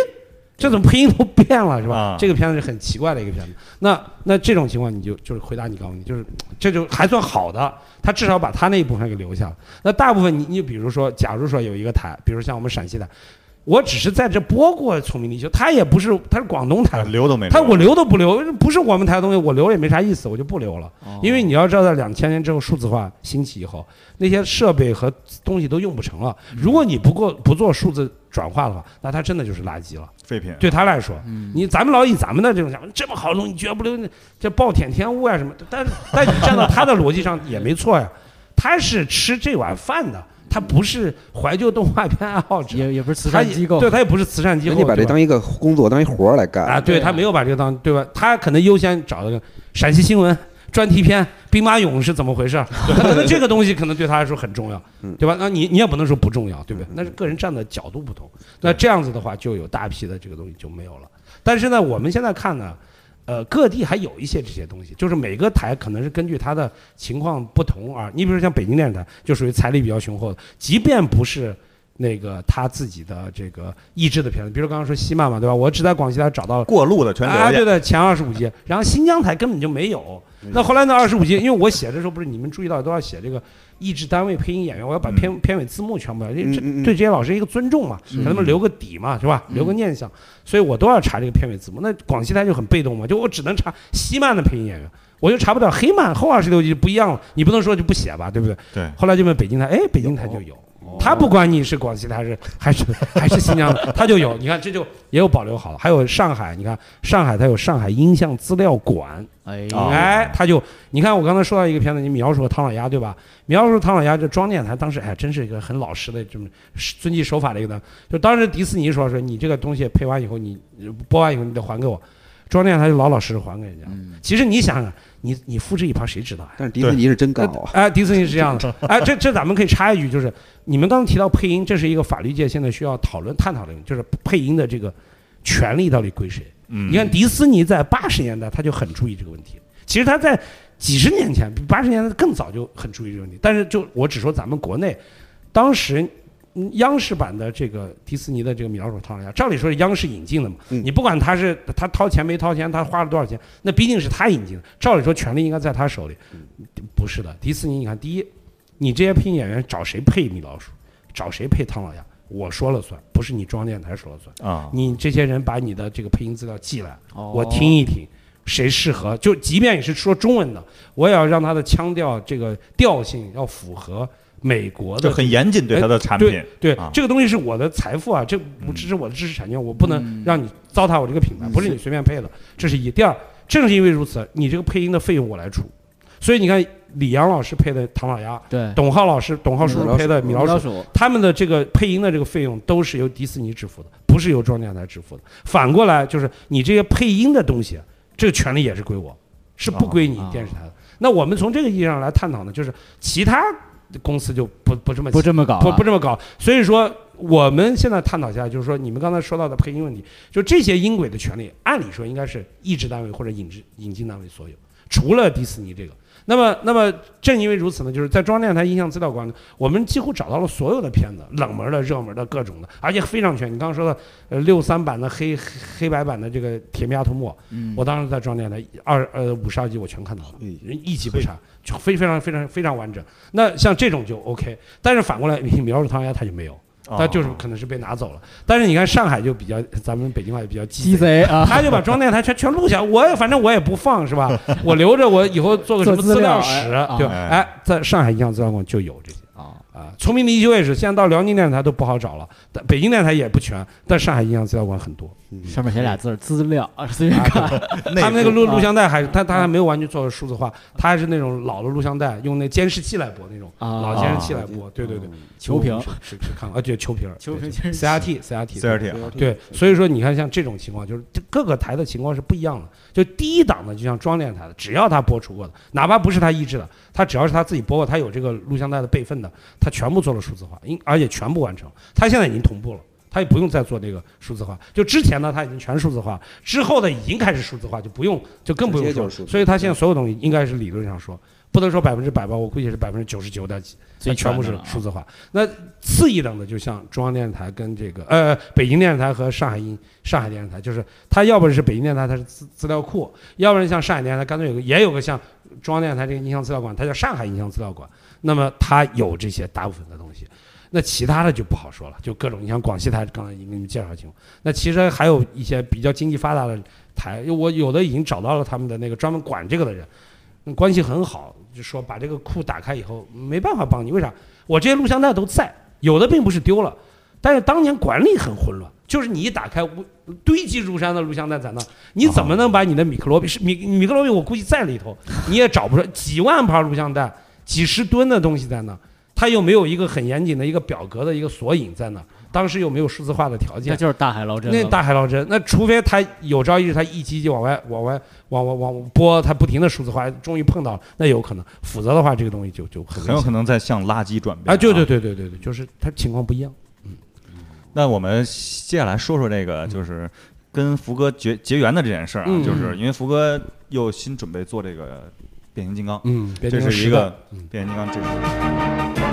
C: 这怎么配音都变了是吧？
A: 啊
C: 这个片子是很奇怪的一个片子。那那这种情况你就就是回答你刚刚问题，就是这就还算好的，他至少把他那一部分给留下了。那大部分你你比如说，假如说有一个台，比如像我们陕西台，我只是在这播过《聪明的球》，他也不是他是广东台的。
A: 留都没留。
C: 他我留都不留，不是我们台的东西，我留也没啥意思，我就不留了。
B: 哦
C: 因为你要知道，在两千年之后数字化兴起以后，那些设备和东西都用不成了。如果你不过不做数字转化的话，那它真的就是垃圾了。
A: 废品。
C: 对他来说，
B: 嗯
C: 你咱们老以咱们的这种想法，这么好的东西你绝不留，这暴殄天物啊什么的。但但你站到他的逻辑上也没错呀，他是吃这碗饭的，他不是怀旧动画片爱好者，
B: 也也不是慈
C: 他
B: 善
C: 也
B: 机构
C: 对他也不是慈善机
D: 人
C: 构，
D: 家把这
C: 对吧
D: 当一个工作，当一活儿来干
C: 啊，对
B: 对啊
C: 他没有把这个当对吧？他可能优先找了个陕西新闻专题片《兵马俑是怎么回事》，他可能这个东西可能对他来说很重要
D: 嗯，
C: 对吧？那你你也不能说不重要，对不对？那是个人站的角度不同。那这样子的话，就有大批的这个东西就没有了。但是呢，我们现在看呢。呃，各地还有一些这些东西，就是每个台可能是根据它的情况不同而。你比如像北京电视台，就属于财力比较雄厚的，即便不是那个他自己的这个益智的片子，比如刚刚说西曼嘛，对吧？我只在广西台找到
A: 过路的全留下
C: 啊，对。的，前二十五集，然后新疆台根本就没有。
A: 嗯
C: 那后来那二十五集，因为我写的时候不是你们注意到都要写这个译制单位、配音演员，我要把
A: 嗯
C: 片、片尾字幕全部要，这这
D: 嗯嗯嗯嗯
C: 对这些老师一个尊重嘛，
B: 是
C: 给他们留个底嘛，是吧？留个念想，所以我都要查这个片尾字幕。那广西台就很被动嘛，就我只能查西曼的配音演员。我就查不到黑曼后二十六集就不一样了，你不能说就不写吧，对不对？
A: 对
C: 后来就问北京台，哎，北京台就有，
D: 哦
C: 他不管你是广西的还是还是还是新疆的，他就有。你看，这就也有保留好了。还有上海，你看上海它有上海音像资料馆，
B: 哎，
A: 哦
C: 哎，他就你看我刚才说到一个片子，你描述唐老鸭对吧？描述唐老鸭这庄建台当时哎，真是一个很老实的这么遵纪守法的一个呢。就当时迪士尼说说你这个东西配完以后，你播完以后你得还给我。庄建台就老老实实还给人家。
B: 嗯
C: 其实你想想，你你复制一盘谁知道呀？
D: 但是迪士尼是真干啊，
C: 哎，迪士尼是这样 的。哎，这这咱们可以插一句，就是你们刚刚提到配音，这是一个法律界现在需要讨论探讨的，就是配音的这个权利到底归谁？
A: 嗯
C: 你看迪士尼在八十年代他就很注意这个问题，其实他在几十年前，比八十年代更早就很注意这个问题。但是就我只说咱们国内，当时嗯央视版的这个迪士尼的这个米老鼠唐老鸭，照理说是央视引进的嘛，
D: 嗯
C: 你不管他是他掏钱没掏钱，他花了多少钱，那毕竟是他引进的，照理说权利应该在他手里，不是的。迪士尼，你看，第一，你这些配音演员找谁配米老鼠，找谁配唐老鸭，我说了算，不是你中央电台说了算。
A: 啊，
C: 你这些人把你的这个配音资料寄来，
B: 哦
C: 我听一听，谁适合？就即便你是说中文的，我也要让他的腔调、这个调性要符合美国
A: 就
C: 的。
A: 很严谨对他的产品
C: 对，对
A: 啊，
C: 这个东西是我的财富啊，这不这是我的知识产权，我不能让你糟蹋我这个品牌，不是你随便配的。这是一。第二，正是因为如此，你这个配音的费用我来出，所以你看李阳老师配的唐老鸭，
B: 对，
C: 董浩老师、董浩叔
D: 米
C: 叔
D: 老
C: 配
D: 鼠啊
C: 的米老鼠
B: 老，鼠，
C: 他们的这个配音的这个费用都是由迪士尼支付的，不是由中央电视台支付的。反过来就是你这些配音的东西，这个权利也是归我，是不归你电视台的。那我们从这个意义上来探讨呢，就是其他公司就不不这么
B: 不这么搞啊了，
C: 不不这么搞。所以说，我们现在探讨下来，就是说你们刚才说到的配音问题，就这些音轨的权利，按理说应该是译制单位或者引制引进单位所有，除了迪士尼这个。那么，那么正因为如此呢，就是在中央电视台音像资料馆，呢，我们几乎找到了所有的片子，冷门的、热门的、各种的，而且非常全。你刚刚说的，呃，六三版的黑黑黑白版的这个《铁面阿童木》，
B: 嗯，
C: 我当时在中央电台二呃五十二集我全看到了，
D: 嗯
C: 人一集不差，就非非常非常非常完整。那像这种就 OK，但是反过来苗鼠唐鸭它就没有，它就是
A: 啊
C: 可能是被拿走了。但是你看上海就比较，咱们北京话就比较鸡
B: 鸡贼
C: 贼。
B: 啊，
C: 他就把中央电台全全录下，我也反正我也不放是吧？我留着我以后做个什么
B: 做资
C: 资
B: 料
C: 料室
B: 哎，
C: 对吧？
A: 哎
C: 哎，在上海印象资料馆就有这些
B: 啊，
C: 啊。聪明的一休也是，现在到辽宁电台都不好找了，但北京电台也不全，但上海印象资料馆很多。
B: 上面写俩字儿资料啊，随便看，
A: 他
C: 他们那个录
B: 啊
C: 录像带还是他他还没有完全做数字化，他还是那种老的录像带，用那监视器来播那种，
B: 啊
C: 老监视器来播，对对对，
D: 嗯
B: 球
C: 我
B: 评
C: 是是是看过，啊对球评儿，
B: 球评监视器
C: CRT CRT
A: CRT
C: 对，所以说你看像这种情况，就是这各个台的情况是不一样的。就第一档的，就像装电台的，只要他播出过的，哪怕不是他译制的，他只要是他自己播过，他有这个录像带的备份的，他全部做了数字化，因而且全部完成。他现在已经同步了。他也不用再做这个数字化，就之前呢，他已经全数字化，之后的已经开始数字化，就不用，就更不
D: 直
C: 用
D: 接
C: 说
D: 就
C: 了。
D: 是数字化
C: 所以他现在所有东西应该是理论上说，不能说百分之百吧，我估计是百分之九十九点几，
B: 最
C: 那全部
B: 全
C: 是
B: 的了啊
C: 数字化。那次一等的，就像中央电视台跟这个呃北京电视台和上海音上海电视台，就是它要不是北京电视台它是资资料库，要不然像上海电视台干脆有个也有个像中央电视台这个音像资料馆，它叫上海音像资料馆。那么它有这些大部分的东西，那其他的就不好说了，就各种你像广西台刚才已经给你们介绍情况，那其实还有一些比较经济发达的台，因为我有的已经找到了他们的那个专门管这个的人，嗯关系很好，就说把这个库打开以后没办法帮你，为啥？我这些录像带都在，有的并不是丢了，但是当年管理很混乱，就是你一打开我堆积如山的录像带在那，你怎么能把你的米克罗比是米米克罗比？我估计在里头你也找不着，几万盘录像带，几十吨的东西在那，它又没有一个很严谨的一个表格的一个索引在那，当时又没有数字化的条件
B: 那。就是大海捞针了，
C: 那大海捞针，那除非他有朝一日他一集一集往外往外往往往播，他不停的数字化，终于碰到了，那有可能。否则的话，这个东西就就很危
A: 很有
C: 险
A: 可能在向垃圾转变
C: 啊，对对。对对对对，就是他情况不一样。
A: 那我们接下来说说这个，就是跟福哥结结缘的这件事儿啊，
C: 嗯
A: 就是因为福哥又新准备做这个变形金刚，
C: 嗯，
A: 这是一
C: 时代
A: 个
C: 嗯
A: 变形金刚，这是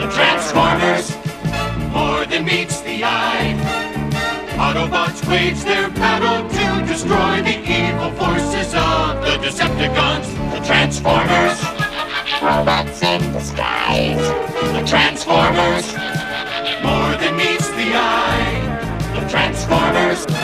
E: The Transformers, more than meets the eye. Autobots wage their battle to destroy the evil forces of the Decepticons. The Transformers, robots in disguise. The Transformers, more than meets the eye. The Transformers.